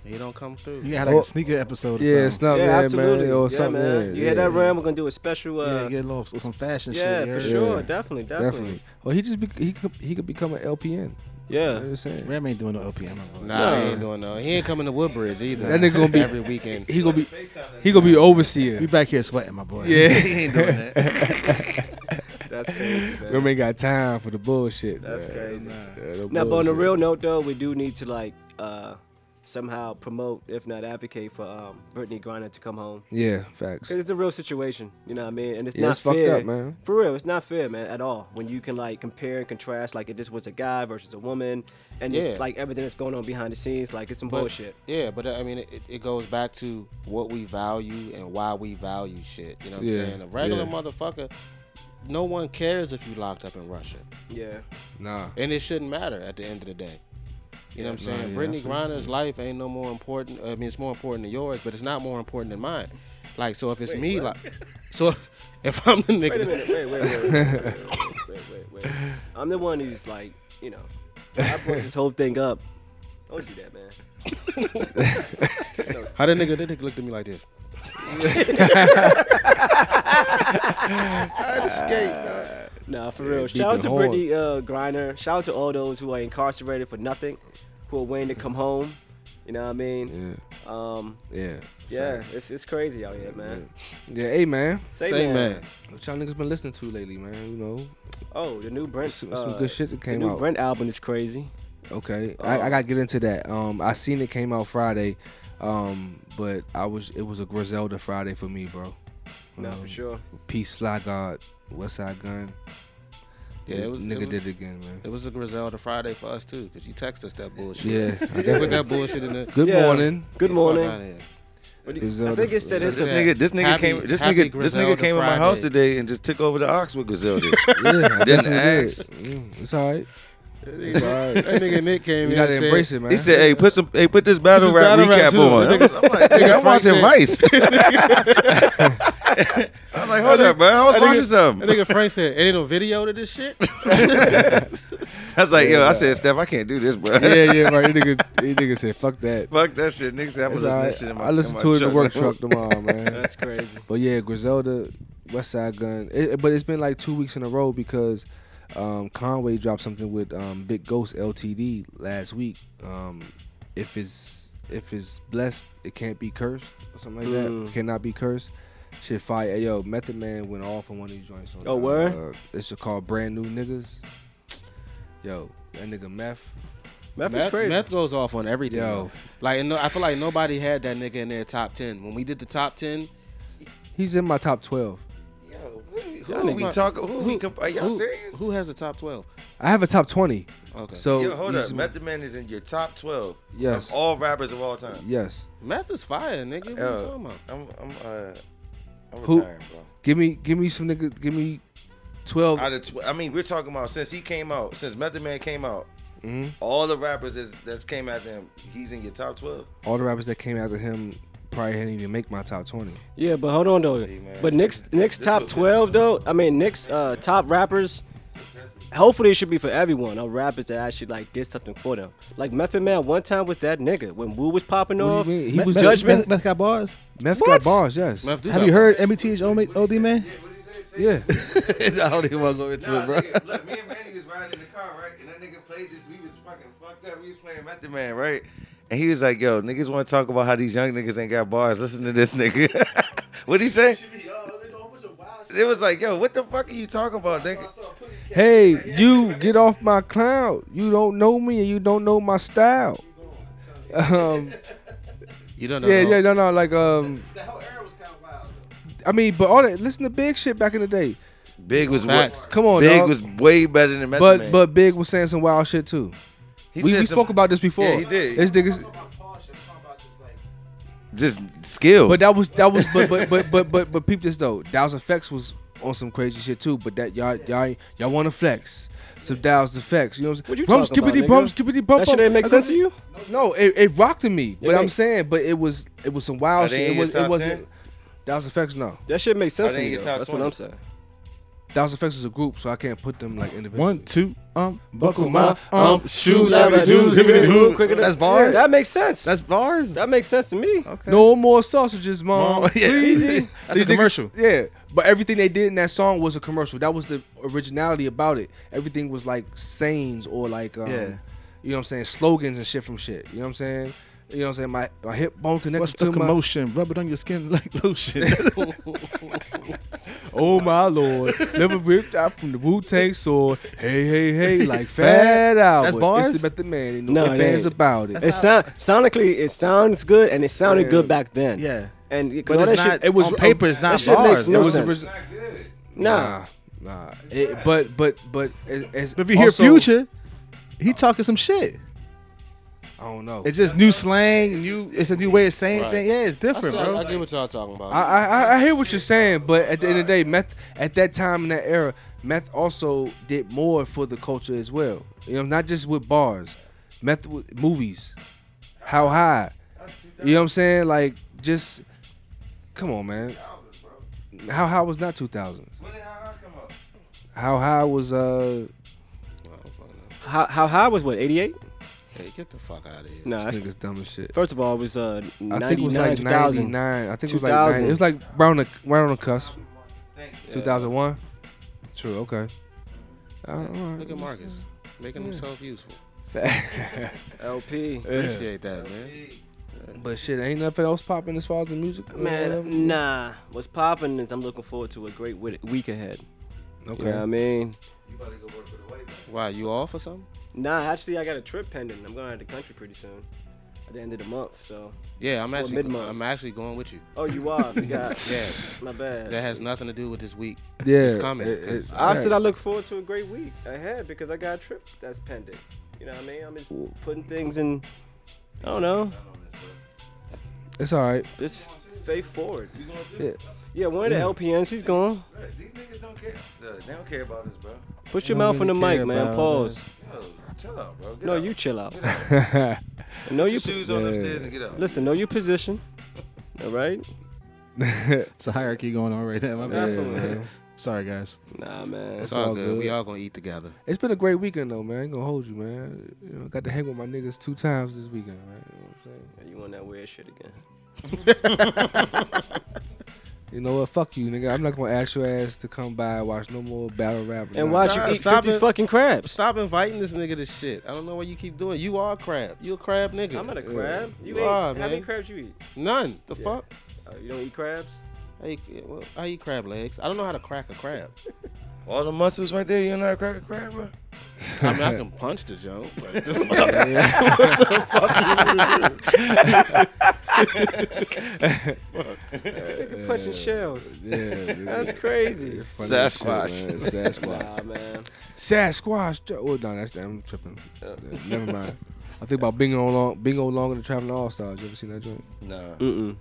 Speaker 3: He don't come through.
Speaker 7: You got like
Speaker 4: Oh.
Speaker 7: a sneaker episode. Or
Speaker 4: Yeah,
Speaker 7: something.
Speaker 4: snap
Speaker 1: yeah,
Speaker 4: man,
Speaker 1: absolutely.
Speaker 4: man, or
Speaker 1: yeah,
Speaker 4: something.
Speaker 1: man.
Speaker 4: yeah,
Speaker 1: you hear that,
Speaker 4: yeah.
Speaker 1: Ram? We're gonna do a special. Uh,
Speaker 7: yeah, get a little some fashion
Speaker 1: yeah,
Speaker 7: shit.
Speaker 1: for
Speaker 7: yeah.
Speaker 1: sure.
Speaker 4: Yeah.
Speaker 1: Definitely, definitely,
Speaker 4: Definitely. Well, he just be, he could he could become an LPN. You know what
Speaker 1: Yeah.
Speaker 4: I'm saying?
Speaker 7: Ram ain't doing no LPM. my boy.
Speaker 3: Nah, he ain't doing no. He ain't coming to Woodbridge either.
Speaker 4: That nigga gonna be-
Speaker 3: every weekend.
Speaker 4: He gonna be he gonna be overseer.
Speaker 7: We back here sweating, my boy.
Speaker 4: Yeah.
Speaker 7: he ain't doing that.
Speaker 1: That's crazy. man.
Speaker 4: Women got time for the bullshit.
Speaker 1: That's
Speaker 4: man.
Speaker 1: crazy.
Speaker 4: Yeah, the
Speaker 1: Now, but on a
Speaker 4: bullshit.
Speaker 1: real note, though, we do need to like uh, somehow promote, if not advocate, for um, Brittany Griner to come home.
Speaker 4: Yeah, facts.
Speaker 1: 'Cause it's a real situation, you know what I mean? And it's
Speaker 4: Yeah,
Speaker 1: not
Speaker 4: it's fucked
Speaker 1: fair,
Speaker 4: up, man.
Speaker 1: For real, it's not fair, man, at all. When you can like compare and contrast, like if this was a guy versus a woman, and
Speaker 3: Yeah.
Speaker 1: it's like everything that's going on behind the scenes, like it's some
Speaker 3: But-
Speaker 1: bullshit.
Speaker 3: Yeah, but uh, I mean, it, it goes back to what we value and why we value shit. You know what
Speaker 4: Yeah,
Speaker 3: I'm saying? A regular
Speaker 4: yeah.
Speaker 3: motherfucker, no one cares if you locked up in Russia,
Speaker 1: Yeah,
Speaker 4: Nah.
Speaker 3: and it shouldn't matter at the end of the day. You know what I'm
Speaker 4: Yeah,
Speaker 3: saying?
Speaker 4: yeah,
Speaker 3: Brittany
Speaker 4: I feel you.
Speaker 3: Griner's life ain't no more important. I mean, it's more important than yours, but it's not more important than mine. Like, so if it's me, like, so if I'm the
Speaker 1: Wait a
Speaker 3: nigga,
Speaker 1: minute. Wait, wait, wait, wait, wait, wait, wait, wait, wait. I'm the one who's like, you know, I brought this whole thing up. Don't do that, man.
Speaker 3: how that nigga, that nigga looked at me like this. I had to skate. dog.
Speaker 1: Nah, for real.
Speaker 4: deep
Speaker 1: Shout
Speaker 4: in
Speaker 1: out to Brittany uh, Griner. Shout out to all those who are incarcerated for nothing, who are waiting to come home. You know what I mean?
Speaker 4: Yeah.
Speaker 1: Um,
Speaker 4: Yeah.
Speaker 1: yeah, it's, it's crazy out here, man.
Speaker 4: Yeah, hey man.
Speaker 1: Say,
Speaker 3: Say,
Speaker 1: that.
Speaker 3: man.
Speaker 4: What y'all niggas been listening to lately, man? You know,
Speaker 1: Oh, the new Brent.
Speaker 4: some,
Speaker 1: uh,
Speaker 4: some good shit that
Speaker 1: The
Speaker 4: came
Speaker 1: new
Speaker 4: out.
Speaker 1: Brent album is crazy.
Speaker 4: Okay, I, I gotta get into that. Um, I seen it came out Friday, um, but I was it was a Griselda Friday for me, bro.
Speaker 1: Nah, for
Speaker 4: Um,
Speaker 1: sure.
Speaker 4: Peace, Fly God, West Side Gun.
Speaker 3: Yeah,
Speaker 4: This
Speaker 3: it was
Speaker 4: nigga
Speaker 3: it was,
Speaker 4: did it again, man.
Speaker 3: It was a Griselda Friday for us too, cause you text us that bullshit.
Speaker 4: Yeah. I
Speaker 3: They
Speaker 4: did.
Speaker 3: put that bullshit in the.
Speaker 4: Good
Speaker 1: Yeah.
Speaker 4: morning.
Speaker 1: Good
Speaker 3: Fuck
Speaker 1: morning.
Speaker 3: outta here.
Speaker 1: What do you- I
Speaker 4: Griselda
Speaker 1: think it said
Speaker 4: Friday.
Speaker 1: it's
Speaker 6: This
Speaker 1: a.
Speaker 6: nigga, this nigga
Speaker 3: Happy-
Speaker 6: came. This
Speaker 3: happy
Speaker 6: nigga, this
Speaker 3: Griselda
Speaker 6: nigga came in my house
Speaker 3: Friday.
Speaker 6: today and just took over the ox with Griselda.
Speaker 4: Yeah, I
Speaker 6: Didn't
Speaker 4: definitely
Speaker 6: ask.
Speaker 4: did. Mm, it's all right. It's all right.
Speaker 3: That nigga Nick came
Speaker 4: You
Speaker 3: in. and
Speaker 4: gotta
Speaker 3: said-
Speaker 4: embrace it, man.
Speaker 6: he said, "Hey, put some. Hey, put this battle
Speaker 3: Put this
Speaker 6: rap
Speaker 3: battle rap
Speaker 6: recap
Speaker 3: too.
Speaker 6: on."
Speaker 3: That
Speaker 6: I'm like, nigga, I'm
Speaker 3: Frank said-
Speaker 6: watching Vice. I was like, hold up, bro. I was
Speaker 3: That
Speaker 6: watching
Speaker 3: nigga-
Speaker 6: something.
Speaker 3: That nigga Frank said, "Ain't no video to this shit."
Speaker 6: I was like, yo, I said, Steph, I can't do this, bro.
Speaker 4: yeah, yeah, right. That nigga, that nigga said, "Fuck that."
Speaker 6: Fuck that shit, nigga. said, I'm
Speaker 4: It's
Speaker 6: gonna listen
Speaker 4: all
Speaker 6: to
Speaker 4: right.
Speaker 6: this shit in my
Speaker 4: I listen
Speaker 6: my
Speaker 4: to it in the work
Speaker 6: truck.
Speaker 4: truck tomorrow, man.
Speaker 1: That's crazy.
Speaker 4: But yeah, Griselda, West Side Gun. It, but it's been like two weeks in a row because um, Conway dropped something with um, Big Ghost LTD last week. Um, if it's if it's blessed, it can't be cursed or something like
Speaker 1: Mm.
Speaker 4: that. Cannot be cursed. Shit fire. Hey, yo, Method Man went off on one of these joints. On,
Speaker 1: Oh, word?
Speaker 4: Uh, it's called Brand New Niggas. Yo, that nigga Meth.
Speaker 1: Meth is
Speaker 3: Meth,
Speaker 1: crazy.
Speaker 3: Meth goes off on everything.
Speaker 4: Yo.
Speaker 3: though. Like, and no, I feel like nobody had that nigga in their top ten. When we did the top ten,
Speaker 4: He's in my top 12.
Speaker 6: Yo, who, who we talking? Who, we comp- Are y'all
Speaker 3: who-
Speaker 6: serious?
Speaker 3: Who has the top twelve?
Speaker 4: I have a top 20.
Speaker 3: Okay.
Speaker 4: So
Speaker 3: So
Speaker 6: Yo, hold
Speaker 4: he's-
Speaker 6: up. Method Man is in your top 12
Speaker 4: oh, Yes.
Speaker 6: of all rappers of all time.
Speaker 4: Yes.
Speaker 3: Meth is fire, nigga. What
Speaker 6: Yo,
Speaker 3: you talking about?
Speaker 6: I'm, I'm, uh, I'm
Speaker 4: Who-
Speaker 6: retiring, bro.
Speaker 4: Give me give me some nigga give me 12
Speaker 6: Out of tw- I mean, we're talking about since he came out, since Method Man came out,
Speaker 4: Mhm.
Speaker 6: all the rappers that's, that's came after him, he's in your top 12.
Speaker 4: all the rappers that came after him probably didn't even make my top 20.
Speaker 1: Yeah, but hold on though.
Speaker 6: See, man.
Speaker 1: but Nick's Nick's
Speaker 6: This
Speaker 1: top
Speaker 6: was- this
Speaker 1: twelve though. I mean Nick's uh, top rappers. Hopefully it should be for everyone. Or rappers that actually like did something for them. Like Method Man one time was that nigga when Wu was popping
Speaker 4: do you
Speaker 1: off.
Speaker 4: mean? He
Speaker 7: Meth-
Speaker 4: was
Speaker 7: Meth-
Speaker 1: judgment.
Speaker 7: Meth, Meth got bars.
Speaker 4: Meth
Speaker 1: What?
Speaker 4: got bars, yes.
Speaker 3: Meth do
Speaker 7: Have
Speaker 3: got
Speaker 7: you heard MBTH Ome- OD man?
Speaker 4: Yeah.
Speaker 3: bars. I don't even want to go into
Speaker 6: Nah,
Speaker 3: it, bro.
Speaker 6: nigga, look, me and Manny was riding in the car, right? And that nigga played this. We was fucking fucked up. We was playing Method Man, right? And he was like, "Yo, niggas want to talk about how these young niggas ain't got bars. Listen to this nigga. What'd he say? It was like, yo, what the fuck are you talking about, nigga?
Speaker 4: hey, you get off my cloud. You don't know me and you don't know my style. Um
Speaker 3: You don't know.
Speaker 4: yeah,
Speaker 3: no-
Speaker 4: yeah, no no like um
Speaker 5: The whole era was kind of wild. Though.
Speaker 4: I mean, but all that listen to big shit back in the day.
Speaker 6: Big was way,
Speaker 3: Facts.
Speaker 4: Come on,
Speaker 6: Big
Speaker 4: dog.
Speaker 6: was way better than Method
Speaker 4: but
Speaker 6: Man.
Speaker 4: but Big was saying some wild shit too.
Speaker 6: He
Speaker 4: we
Speaker 6: said
Speaker 4: we
Speaker 6: some-
Speaker 4: spoke about this before.
Speaker 6: Yeah, he did.
Speaker 4: This niggas
Speaker 5: I'm talking about Paul shit. I'm talking about just like
Speaker 6: just skill.
Speaker 4: But that was that was but but but but but, but peep this though. Dow's effects was on some crazy shit too. But that y'all y'all y'all want to flex some Dow's effects. You know what I'm saying?
Speaker 1: What you
Speaker 4: Brum,
Speaker 1: talking about,
Speaker 4: skippity bum,
Speaker 1: nigga?
Speaker 4: skippity bump.
Speaker 1: that shit didn't make sense to you?
Speaker 4: No, it, it rocked to me. But I'm
Speaker 1: make-
Speaker 4: saying, but it was it was some wild
Speaker 6: Are they
Speaker 4: shit.
Speaker 6: in
Speaker 4: It
Speaker 6: your
Speaker 4: was
Speaker 6: top
Speaker 4: it
Speaker 6: 10?
Speaker 4: wasn't Dow's effects. No,
Speaker 1: That shit makes sense to
Speaker 6: they in
Speaker 1: me.
Speaker 6: your
Speaker 1: though.
Speaker 6: top
Speaker 1: That's what
Speaker 6: 20?
Speaker 1: I'm saying.
Speaker 4: Thousand Effects is a group, so I can't put them like individually.
Speaker 7: One, two, um,
Speaker 4: buckle
Speaker 7: buckle
Speaker 4: my,
Speaker 7: my
Speaker 4: um,
Speaker 7: um
Speaker 4: shoes,
Speaker 7: shoes,
Speaker 4: shabba doos, hibbity hoo.
Speaker 1: That's
Speaker 6: bars?
Speaker 1: That makes sense.
Speaker 6: That's bars.
Speaker 1: that makes sense to me.
Speaker 6: okay.
Speaker 4: No more sausages, mom.
Speaker 6: Mom, yeah.
Speaker 4: Please.
Speaker 6: Easy.
Speaker 7: That's a
Speaker 4: niggas-
Speaker 7: commercial.
Speaker 4: yeah, but everything they did in that song was a commercial. That was the originality about it. Everything was like sayings or like, um,
Speaker 7: Yeah.
Speaker 4: you know what I'm saying, slogans and shit from shit. You know what I'm saying? You know what I'm saying? My my hip bone
Speaker 7: What's
Speaker 4: connected
Speaker 7: the
Speaker 4: to my.
Speaker 7: commotion? Rub it on your skin like lotion. oh my lord!
Speaker 4: Never ripped out from the Wu Tang sword. Hey, hey, hey, like Fat Albert.
Speaker 6: bars?
Speaker 4: It's the method man. You
Speaker 1: No,
Speaker 4: know no,
Speaker 1: it
Speaker 4: fans
Speaker 1: ain't.
Speaker 4: about it.
Speaker 1: It sound sonically, it sounds good, and it sounded
Speaker 4: Yeah.
Speaker 1: good back then.
Speaker 7: Yeah.
Speaker 1: and it- 'cause
Speaker 7: But
Speaker 1: all
Speaker 7: it's
Speaker 1: that shit-
Speaker 7: not-
Speaker 1: it was
Speaker 7: on paper, it's not
Speaker 1: that shit makes
Speaker 7: bars.
Speaker 1: no
Speaker 4: It was
Speaker 1: sense.
Speaker 4: orig-
Speaker 5: Not good.
Speaker 1: nah,
Speaker 4: Nah, nah. It, but but but as, as
Speaker 7: But if you hear
Speaker 4: also-
Speaker 7: Future, he talking some shit.
Speaker 4: I don't know.
Speaker 7: It's just new slang, new. It's a new way of saying
Speaker 3: Right.
Speaker 7: things. Yeah, it's
Speaker 3: I,
Speaker 7: different,
Speaker 3: see- I-
Speaker 7: bro.
Speaker 3: I get what y'all talking about.
Speaker 4: I, I I- I hear what you're saying, but at the end of the day, meth at that time in that era, meth also did more for the culture as well. You know, not just with bars, meth with movies, how high. You know what I'm saying? Like just come on, man. How high was not 2000?
Speaker 5: When did I come up?
Speaker 4: How high was uh?
Speaker 1: how, how high was what? Eighty eight?
Speaker 3: hey, get the fuck out of here.
Speaker 1: No,
Speaker 4: This
Speaker 1: that's,
Speaker 4: niggas dumb as shit.
Speaker 1: first of all, it was uh
Speaker 4: I
Speaker 1: ninety
Speaker 4: think it was
Speaker 1: nine
Speaker 4: like
Speaker 1: thousand.
Speaker 4: 99. I think it was like 90. it was like round the round the cusp.
Speaker 5: Thank you.
Speaker 4: 2001. True. Okay. Uh, I don't know.
Speaker 3: Look at Marcus making himself useful.
Speaker 1: LP.
Speaker 3: Appreciate that, man.
Speaker 4: But shit, ain't nothing else popping as far as the music. or whatever?
Speaker 1: Man, nah. What's popping is I'm looking forward to a great wi- week ahead.
Speaker 4: Okay.
Speaker 1: You know what I mean?
Speaker 5: You better go work for the white man.
Speaker 3: Why you off or something?
Speaker 1: Nah, actually, I got a trip pending. I'm going out of the country pretty soon, at the end of the month. So,
Speaker 3: Yeah, I'm
Speaker 1: Well,
Speaker 3: actually
Speaker 1: mid-month.
Speaker 3: I'm actually going with you.
Speaker 1: oh, you are. You got,
Speaker 3: Yeah,
Speaker 1: my bad.
Speaker 3: that has nothing to do with this week.
Speaker 4: yeah.
Speaker 3: It's coming.
Speaker 4: it- it-
Speaker 1: I said I
Speaker 4: right.
Speaker 1: look forward to a great week ahead because I got a trip that's pending. You know what I mean? I'm just putting things in. I don't know.
Speaker 4: It's all right.
Speaker 1: Just faith forward.
Speaker 5: You going too?
Speaker 4: Yeah.
Speaker 1: Yeah, one of the LPNs, he's gone.
Speaker 5: Look, these niggas don't care. Look, they don't care about us, bro.
Speaker 1: Put your
Speaker 4: don't
Speaker 1: mouth on the
Speaker 4: really
Speaker 1: mic,
Speaker 4: care
Speaker 1: man.
Speaker 4: about
Speaker 1: Pause.
Speaker 5: Yo, chill out, bro. Get
Speaker 1: No,
Speaker 5: out.
Speaker 1: you chill out.
Speaker 4: yeah.
Speaker 1: No,
Speaker 5: Put
Speaker 1: you.
Speaker 5: your shoes on
Speaker 4: yeah.
Speaker 5: upstairs and get out.
Speaker 1: Listen, know your position. All right.
Speaker 7: It's a hierarchy going on right now. My bad.
Speaker 4: man.
Speaker 7: Sorry, guys.
Speaker 1: Nah, man.
Speaker 3: It's all,
Speaker 4: all
Speaker 3: good.
Speaker 4: good.
Speaker 3: We all gonna eat together.
Speaker 4: It's been a great weekend though, man. I ain't gonna hold you, man. You know, I got to hang with my niggas two times this weekend, man. You know what
Speaker 1: You on that
Speaker 4: I'm saying?
Speaker 1: weird shit again?
Speaker 4: You know what? Fuck you, nigga. I'm not gonna ask your ass to come by and watch no more battle rap.
Speaker 1: And
Speaker 4: or nothing.
Speaker 1: why
Speaker 3: Nah,
Speaker 1: you eat
Speaker 3: stop
Speaker 1: fifty
Speaker 3: it.
Speaker 1: fucking crabs?
Speaker 3: Stop inviting this nigga to shit. I don't know why you keep doing. You are a crab. You a crab nigga.
Speaker 1: I'm not a crab. You,
Speaker 3: You
Speaker 1: eat.
Speaker 3: are,
Speaker 1: How many
Speaker 3: man.
Speaker 1: crabs you eat?
Speaker 3: None. The fuck.
Speaker 1: Uh, you don't eat crabs?
Speaker 3: I eat, well, I eat crab legs. I don't know how to crack a crab.
Speaker 6: All the muscles right there. You're not a cracker crab, bro.
Speaker 3: I mean, I can punch the joke. But the fuck?
Speaker 4: Uh,
Speaker 1: Nigga punching shells.
Speaker 4: Yeah, nigga.
Speaker 1: That's crazy.
Speaker 4: You're funny as shit,
Speaker 6: Sasquatch.
Speaker 4: man. Sasquatch.
Speaker 1: Nah, man.
Speaker 4: Sasquatch. Joe. Oh no, that's I'm tripping. Yeah, Never mind. I think about bingo long, bingo longer than traveling all stars. You ever seen that joint?
Speaker 6: Nah.
Speaker 1: Mm-mm.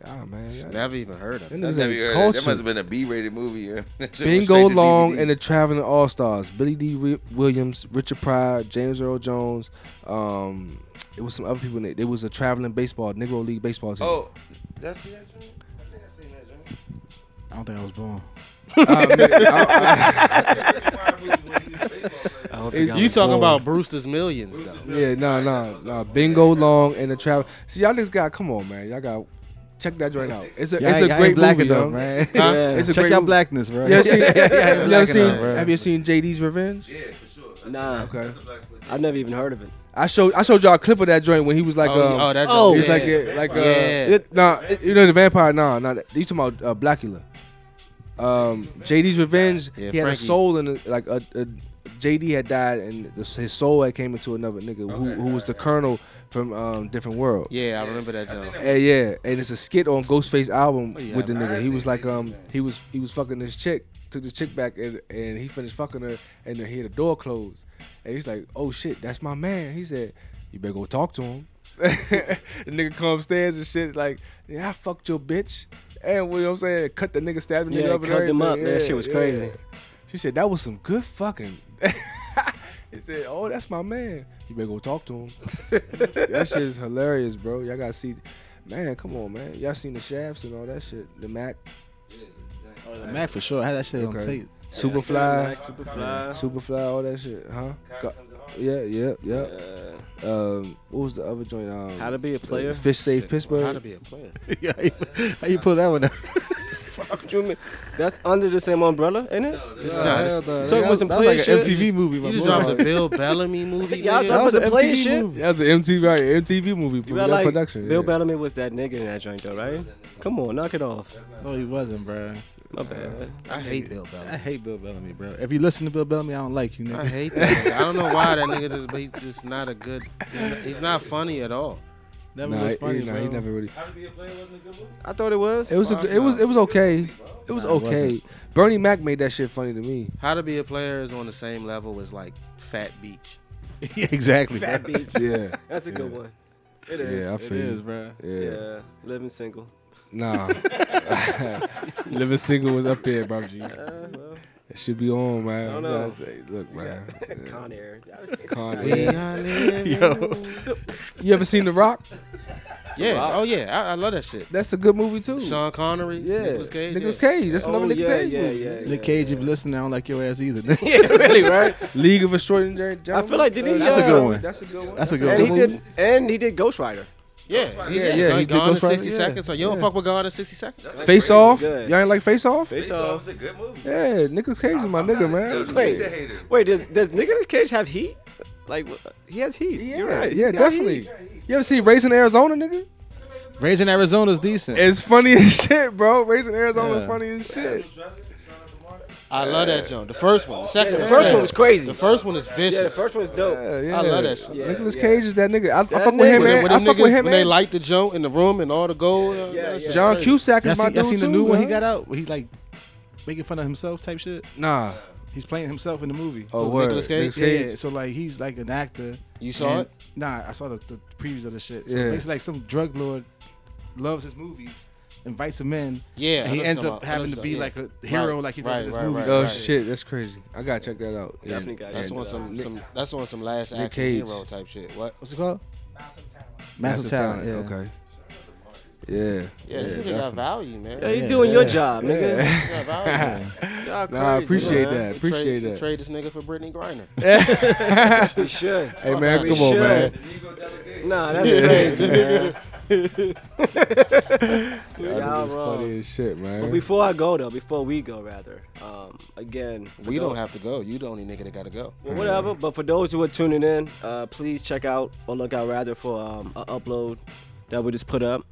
Speaker 4: Yeah, man. y'all-
Speaker 3: Never even heard of
Speaker 4: them niggas
Speaker 3: it.
Speaker 6: That's never
Speaker 4: ain't
Speaker 6: heard of that. that must have been a B-rated movie. Yeah. That shit went
Speaker 4: Bingo
Speaker 6: straight to
Speaker 4: Long
Speaker 6: DVD.
Speaker 4: and the Traveling All Stars: Billy D. Re- Williams, Richard Pryor, James Earl Jones. Um, it was some other people. In it. it was a traveling baseball Negro League baseball team.
Speaker 6: Oh,
Speaker 5: Did I see that joint? I think I seen that joint.
Speaker 7: I don't think I was born.
Speaker 4: I mean, I-
Speaker 5: That's probably when he was a baseball player.
Speaker 7: I don't
Speaker 4: Is-
Speaker 7: think I
Speaker 3: You
Speaker 7: was
Speaker 3: talking
Speaker 7: born.
Speaker 3: about Brewster's Millions though?
Speaker 4: I- yeah, no, no, no. Bingo Long and the Travel. See, y'all niggas got. Come on, man. Y'all got. Check that joint out. It's a.
Speaker 7: Y'all
Speaker 4: it's
Speaker 7: ain't-
Speaker 4: a
Speaker 7: y'all
Speaker 4: great
Speaker 7: ain't black
Speaker 4: movie,
Speaker 7: enough,
Speaker 4: yo.
Speaker 7: man.
Speaker 4: Huh? It's a
Speaker 7: Check
Speaker 4: great
Speaker 7: out
Speaker 4: movie.
Speaker 7: blackness, bro.
Speaker 4: You ever seen,
Speaker 7: yeah,
Speaker 4: you ever
Speaker 7: black
Speaker 4: seen,
Speaker 7: enough, bro.
Speaker 4: have you seen JD's Revenge?
Speaker 5: Yeah, for sure. That's
Speaker 1: Nah.
Speaker 5: A,
Speaker 4: Okay.
Speaker 5: That's a black
Speaker 1: I never even heard of it.
Speaker 4: I showed I showed y'all a clip of that joint when he was like um,
Speaker 3: oh, that's
Speaker 1: oh.
Speaker 3: yeah.
Speaker 4: he's like a, like uh,
Speaker 3: Yeah.
Speaker 4: it- nah it- you know the vampire nah nah that- you talking about uh, Blackula. Um, JD's Revenge
Speaker 3: Yeah,
Speaker 4: he had a
Speaker 3: Frankie.
Speaker 4: soul in it, like a, a JD had died and the, his soul had came into another nigga who, who was the colonel from um, different world.
Speaker 3: Yeah, I remember that
Speaker 5: I seen
Speaker 3: joke.
Speaker 5: that.
Speaker 4: Yeah, yeah, and it's a skit on Ghostface album
Speaker 3: Oh, yeah,
Speaker 4: with the
Speaker 3: I
Speaker 4: nigga. He
Speaker 5: seen
Speaker 4: was like,
Speaker 5: JD's
Speaker 4: um, he was he was fucking this chick, took this chick back, and and he finished fucking her, and then he had the door closed, and he's like, oh shit, that's my man. He said, you better go talk to him. the nigga come upstairs and shit like, yeah, I fucked your bitch, and what you know what I'm saying, cut the nigga, stabbed the
Speaker 1: Yeah,
Speaker 4: nigga up, and
Speaker 1: cut them
Speaker 4: everything.
Speaker 1: up, man. That shit was crazy.
Speaker 4: She said that was some good fucking. he said, "Oh, that's my man. You better go talk to him." that shit is hilarious, bro. Y'all gotta see, man. Come on, man. Y'all seen the shafts and all that shit. The Mac.
Speaker 7: Mac for sure. I had that shit on
Speaker 4: Okay.
Speaker 7: tape.
Speaker 4: Superfly,
Speaker 1: Superfly.
Speaker 4: Superfly, all that shit, huh? Go- yeah, yeah, yeah. Um, what was the other joint? Um,
Speaker 1: How to be a player?
Speaker 4: Fish Save
Speaker 3: How to
Speaker 4: Pittsburgh.
Speaker 3: be a player?
Speaker 4: yeah, how, you, how you pull that one out?
Speaker 1: Fuck you, man. That's under the same umbrella, ain't it?
Speaker 3: It's not.
Speaker 4: Hell
Speaker 3: It's,
Speaker 4: no,
Speaker 1: Talking about
Speaker 4: that-
Speaker 1: some
Speaker 4: that was
Speaker 1: player
Speaker 4: like
Speaker 1: shit.
Speaker 4: an MTV movie. My
Speaker 3: you just
Speaker 4: boy.
Speaker 3: dropped a Bill Bellamy movie.
Speaker 1: Y'all talking-
Speaker 3: nigga?
Speaker 4: That was
Speaker 1: That
Speaker 4: an
Speaker 1: was a player
Speaker 4: MTV
Speaker 1: shit?
Speaker 4: movie. That was an MTV, right? MTV movie.
Speaker 1: You
Speaker 4: that
Speaker 1: got like
Speaker 4: production.
Speaker 1: Bill
Speaker 4: yeah.
Speaker 1: Bellamy was that nigga in that joint though, right? Come on, knock it off.
Speaker 7: No, he wasn't, bro.
Speaker 1: My bad.
Speaker 3: I hate Bill
Speaker 7: I
Speaker 3: Bellamy.
Speaker 7: hate Bill Bellamy, bro. If you listen to Bill Bellamy, I don't like you,
Speaker 3: I
Speaker 7: nigga.
Speaker 3: hate that. nigga. I don't know why that nigga just. But he's just not a good. He's not funny at all.
Speaker 7: Never
Speaker 4: Nah,
Speaker 7: was
Speaker 4: he,
Speaker 7: funny,
Speaker 4: nah,
Speaker 7: bro.
Speaker 4: he never really.
Speaker 5: How to be a player wasn't a good movie.
Speaker 1: I thought it was.
Speaker 4: It was.
Speaker 3: Fuck
Speaker 4: A, it was.
Speaker 3: no.
Speaker 4: It was okay. It was
Speaker 7: Nah, it
Speaker 4: okay.
Speaker 7: wasn't.
Speaker 4: Bernie Mac made that shit funny to me.
Speaker 3: How to be a player is on the same level as like Fat Beach.
Speaker 7: yeah, exactly.
Speaker 1: Fat
Speaker 7: bro.
Speaker 1: Beach.
Speaker 4: Yeah.
Speaker 1: That's a good one. It is.
Speaker 4: Yeah, I
Speaker 7: It
Speaker 4: feel
Speaker 7: is,
Speaker 4: you.
Speaker 7: bro.
Speaker 4: Yeah.
Speaker 1: Yeah, living single.
Speaker 4: Nah. Living single was up there, bro. G.
Speaker 1: Uh, well,
Speaker 4: It should be on, man.
Speaker 1: I don't know.
Speaker 4: Hey, Look, man.
Speaker 1: Con Air.
Speaker 4: Con
Speaker 3: We
Speaker 4: Air.
Speaker 3: are living.
Speaker 4: Yo. You ever seen The Rock?
Speaker 3: Yeah. Oh yeah. I, I love that shit.
Speaker 4: That's a good movie too.
Speaker 3: Sean Connery.
Speaker 4: yeah.
Speaker 3: Nicolas Cage.
Speaker 4: Nicolas
Speaker 3: yeah.
Speaker 4: Cage. That's another
Speaker 1: Oh,
Speaker 4: Nicolas
Speaker 1: yeah,
Speaker 4: Cage.
Speaker 1: yeah,
Speaker 4: movie.
Speaker 1: yeah, yeah.
Speaker 7: Nick Cage, if you listen, I don't like your ass either. nigga.
Speaker 1: yeah, really, right?
Speaker 4: League of Extraordinary Gentlemen.
Speaker 1: I feel like didn't he?
Speaker 7: That's a
Speaker 1: uh,
Speaker 7: good one.
Speaker 4: That's a good one.
Speaker 7: That's a good
Speaker 1: And he
Speaker 7: one.
Speaker 1: did. And he did Ghost Rider.
Speaker 3: Yeah.
Speaker 4: Yeah, yeah,
Speaker 3: He
Speaker 4: he did
Speaker 3: gone in
Speaker 4: Ghost Rider,
Speaker 3: sixty
Speaker 4: yeah.
Speaker 3: seconds. So you don't
Speaker 4: Yeah.
Speaker 3: fuck with God in sixty seconds.
Speaker 4: Face Off.
Speaker 1: good.
Speaker 4: Y'all ain't like Face Off?
Speaker 1: Face
Speaker 5: That
Speaker 1: off.
Speaker 5: was a good movie.
Speaker 4: Yeah, Nicolas Cage is my nigga, man.
Speaker 1: Wait.
Speaker 5: Wait, the hater.
Speaker 1: Wait, does does Nicolas Cage have heat? Like wh- he has heat.
Speaker 4: Yeah,
Speaker 1: You're right.
Speaker 4: yeah,
Speaker 1: He's got
Speaker 4: definitely.
Speaker 1: heat.
Speaker 4: You ever seen Raising Arizona, nigga?
Speaker 7: Raising Arizona's decent.
Speaker 4: It's funny as shit, bro. Raising Arizona's
Speaker 7: Yeah.
Speaker 4: funny as shit.
Speaker 3: I love that joint. The first one. The second.
Speaker 1: The first one was crazy.
Speaker 3: The first one is vicious.
Speaker 1: yeah, the first one's dope.
Speaker 4: Yeah, yeah.
Speaker 3: I love that shit.
Speaker 1: Yeah,
Speaker 4: Nicolas
Speaker 1: yeah.
Speaker 4: Cage is that nigga. I, I
Speaker 1: That
Speaker 4: fuck with him,
Speaker 1: nigga.
Speaker 3: When, they-
Speaker 4: man.
Speaker 3: when
Speaker 4: I
Speaker 3: them
Speaker 4: fuck
Speaker 3: niggas,
Speaker 4: with him,
Speaker 3: when they
Speaker 4: man.
Speaker 3: light the joint in the room and all the gold. uh,
Speaker 1: Yeah,
Speaker 3: that shit
Speaker 1: yeah.
Speaker 4: John
Speaker 3: crazy.
Speaker 4: Cusack
Speaker 7: Y'all
Speaker 4: is my
Speaker 7: seen, y'all
Speaker 4: dude
Speaker 7: seen the
Speaker 4: too,
Speaker 7: new one he
Speaker 4: man.
Speaker 7: got out? Where he like making fun of himself type shit.
Speaker 4: Nah.
Speaker 7: He's playing himself in the movie.
Speaker 4: Oh,
Speaker 3: Who,
Speaker 4: word.
Speaker 3: Nicolas Cage?
Speaker 7: Yeah, yeah. So like he's like an actor.
Speaker 3: You saw
Speaker 7: And-
Speaker 3: it?
Speaker 7: Nah, I saw the, the previews of the shit. So
Speaker 4: Yeah.
Speaker 7: basically, like some drug lord loves his movies, invites him in,
Speaker 3: Yeah. I
Speaker 7: and
Speaker 3: know
Speaker 7: he
Speaker 3: what
Speaker 7: ends
Speaker 3: you're
Speaker 7: up
Speaker 3: talking about. I know
Speaker 7: having
Speaker 3: what
Speaker 7: to
Speaker 3: you're
Speaker 7: be like
Speaker 3: talking
Speaker 7: a hero,
Speaker 3: Right,
Speaker 7: like he
Speaker 3: right,
Speaker 7: does in this
Speaker 3: right,
Speaker 7: movie.
Speaker 3: right,
Speaker 4: Oh
Speaker 3: right.
Speaker 4: shit, that's crazy. I gotta check that out. Yeah.
Speaker 1: Definitely got
Speaker 3: about.
Speaker 1: it.
Speaker 3: That's on some, some that's on some last
Speaker 4: Nick
Speaker 3: action
Speaker 4: Cage.
Speaker 3: hero type shit. What?
Speaker 7: What's it called? Massive
Speaker 4: Massive
Speaker 7: Talent.
Speaker 4: talent,
Speaker 7: Yeah.
Speaker 4: Okay. Yeah.
Speaker 3: Yeah, this nigga got
Speaker 4: definitely.
Speaker 3: value, man.
Speaker 1: Yeah,
Speaker 3: He
Speaker 1: you
Speaker 7: Yeah,
Speaker 1: doing
Speaker 7: yeah.
Speaker 1: your job, nigga.
Speaker 4: Yeah.
Speaker 3: got value, man.
Speaker 1: Y'all
Speaker 4: Nah,
Speaker 1: crazy,
Speaker 4: I appreciate
Speaker 1: man.
Speaker 4: that.
Speaker 3: He trade-
Speaker 4: Appreciate
Speaker 3: he
Speaker 4: that.
Speaker 3: Trade this nigga for Brittany Griner.
Speaker 1: We should.
Speaker 4: Hey man,
Speaker 1: We
Speaker 4: come on,
Speaker 1: should.
Speaker 4: man.
Speaker 1: Nah, that's crazy, man.
Speaker 4: Y'all
Speaker 1: Y'all
Speaker 4: niggas
Speaker 1: wrong.
Speaker 4: funny as shit,
Speaker 1: But
Speaker 4: man.
Speaker 1: before I go though, before we go rather, um, again, for
Speaker 3: We
Speaker 1: tho-
Speaker 3: don't have to go. You the only nigga that gotta go.
Speaker 1: well, whatever. But for those who are tuning in, uh, please check out or look out rather for um, a upload that we just put up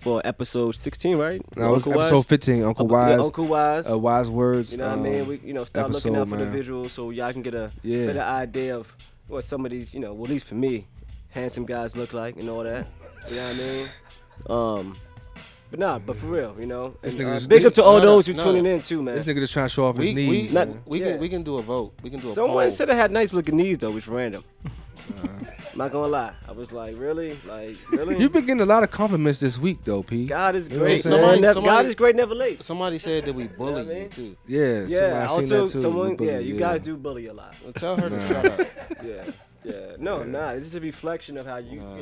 Speaker 1: for episode 16, right?
Speaker 4: That was
Speaker 1: Uncle Wise?
Speaker 4: episode 15. Uncle
Speaker 1: Uh, yeah,
Speaker 4: Wise.
Speaker 1: Uncle Wise.
Speaker 4: uh, wise words.
Speaker 1: you know what I mean?
Speaker 4: um,
Speaker 1: We you know start looking out for
Speaker 4: episode,
Speaker 1: the
Speaker 4: man.
Speaker 1: visuals so y'all can get a
Speaker 4: Yeah.
Speaker 1: better idea of what some of these you know, well, at least for me, handsome guys look like and all that. You know what I mean? Um, but nah, but for real, you know,
Speaker 4: This
Speaker 1: and,
Speaker 4: nigga
Speaker 1: uh,
Speaker 4: just-
Speaker 1: big up to all
Speaker 3: Nah, nah,
Speaker 1: those who
Speaker 3: nah.
Speaker 1: tuning in too, man.
Speaker 4: This nigga just trying to show off his
Speaker 3: We we,
Speaker 4: knees.
Speaker 1: Not-
Speaker 4: man.
Speaker 3: we
Speaker 1: yeah.
Speaker 3: can we can do a vote. We can do a
Speaker 1: Someone
Speaker 3: poll.
Speaker 1: said I had nice looking knees though, which random.
Speaker 4: Uh-huh.
Speaker 1: I'm not gonna lie, I was like, really, like, really.
Speaker 4: You've been getting a lot of compliments this week, though, P.
Speaker 1: God is
Speaker 4: You know what I'm
Speaker 1: great.
Speaker 4: saying?
Speaker 1: man. Nev- God
Speaker 3: Somebody-
Speaker 1: is great, never late.
Speaker 3: Somebody said that we bully
Speaker 1: what I
Speaker 3: you
Speaker 1: mean?
Speaker 3: too.
Speaker 4: Yeah.
Speaker 1: Yeah.
Speaker 4: somebody seen
Speaker 1: Also,
Speaker 4: that too.
Speaker 1: someone.
Speaker 4: But,
Speaker 1: yeah, you guys do bully a lot.
Speaker 3: Well, tell her to shut up.
Speaker 1: Yeah. Yeah. No, nah. It's just a reflection of how you. You know.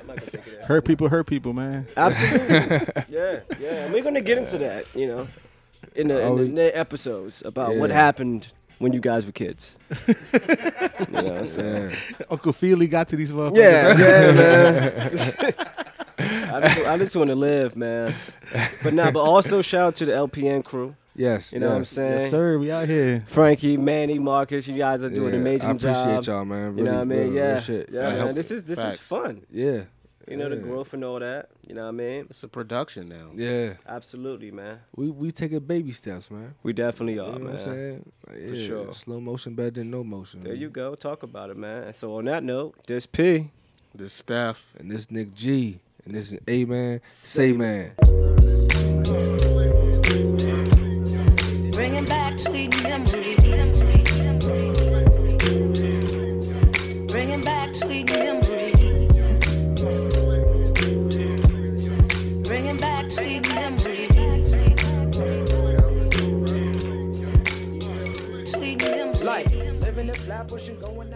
Speaker 1: I'm not gonna take it. Out.
Speaker 7: Hurt people, hurt people, man.
Speaker 1: Absolutely. yeah. Yeah. And we're gonna get into that. You know, in the,
Speaker 4: Oh,
Speaker 1: in the
Speaker 4: we-
Speaker 1: ne- episodes about what
Speaker 4: Yeah.
Speaker 1: happened when you guys were kids. you know what I'm saying?
Speaker 4: Yeah.
Speaker 7: Uncle Feely got to these motherfuckers.
Speaker 1: Yeah, yeah, man. I just, I just want to live, man. But nah, but also shout out to the LPN crew.
Speaker 4: Yes.
Speaker 1: You know what I'm
Speaker 4: yes.
Speaker 1: saying?
Speaker 7: Yes, sir. We out here.
Speaker 1: Frankie, Manny, Marcus, you guys are doing
Speaker 4: Yeah,
Speaker 1: an amazing
Speaker 4: I appreciate
Speaker 1: job.
Speaker 4: y'all, man. Really,
Speaker 1: you know what I mean?
Speaker 4: real- real
Speaker 1: yeah,
Speaker 4: shit.
Speaker 1: yeah,
Speaker 3: That
Speaker 1: man.
Speaker 3: helps.
Speaker 1: This is this is
Speaker 3: Facts.
Speaker 1: fun.
Speaker 4: Yeah.
Speaker 1: You know the
Speaker 4: Yeah.
Speaker 1: growth and all that. You know what I mean?
Speaker 3: It's a production now.
Speaker 4: Yeah.
Speaker 1: Absolutely, man.
Speaker 4: We we taking baby steps, man.
Speaker 1: We definitely
Speaker 4: You
Speaker 1: are,
Speaker 4: know what I'm
Speaker 1: Oh, man.
Speaker 4: saying? Mm. Like, yeah,
Speaker 1: sure.
Speaker 4: Slow motion better than no motion.
Speaker 1: There
Speaker 4: man.
Speaker 1: you go. Talk about it, man. And So on that note, this P.
Speaker 3: The staff.
Speaker 4: And this Nick G. And this is A Man. Say man.
Speaker 2: Bringing back sweet memories. Bringing back sweet memories. Bringing back sweet memories. Sweet memories.
Speaker 8: Like living in Flatbush and going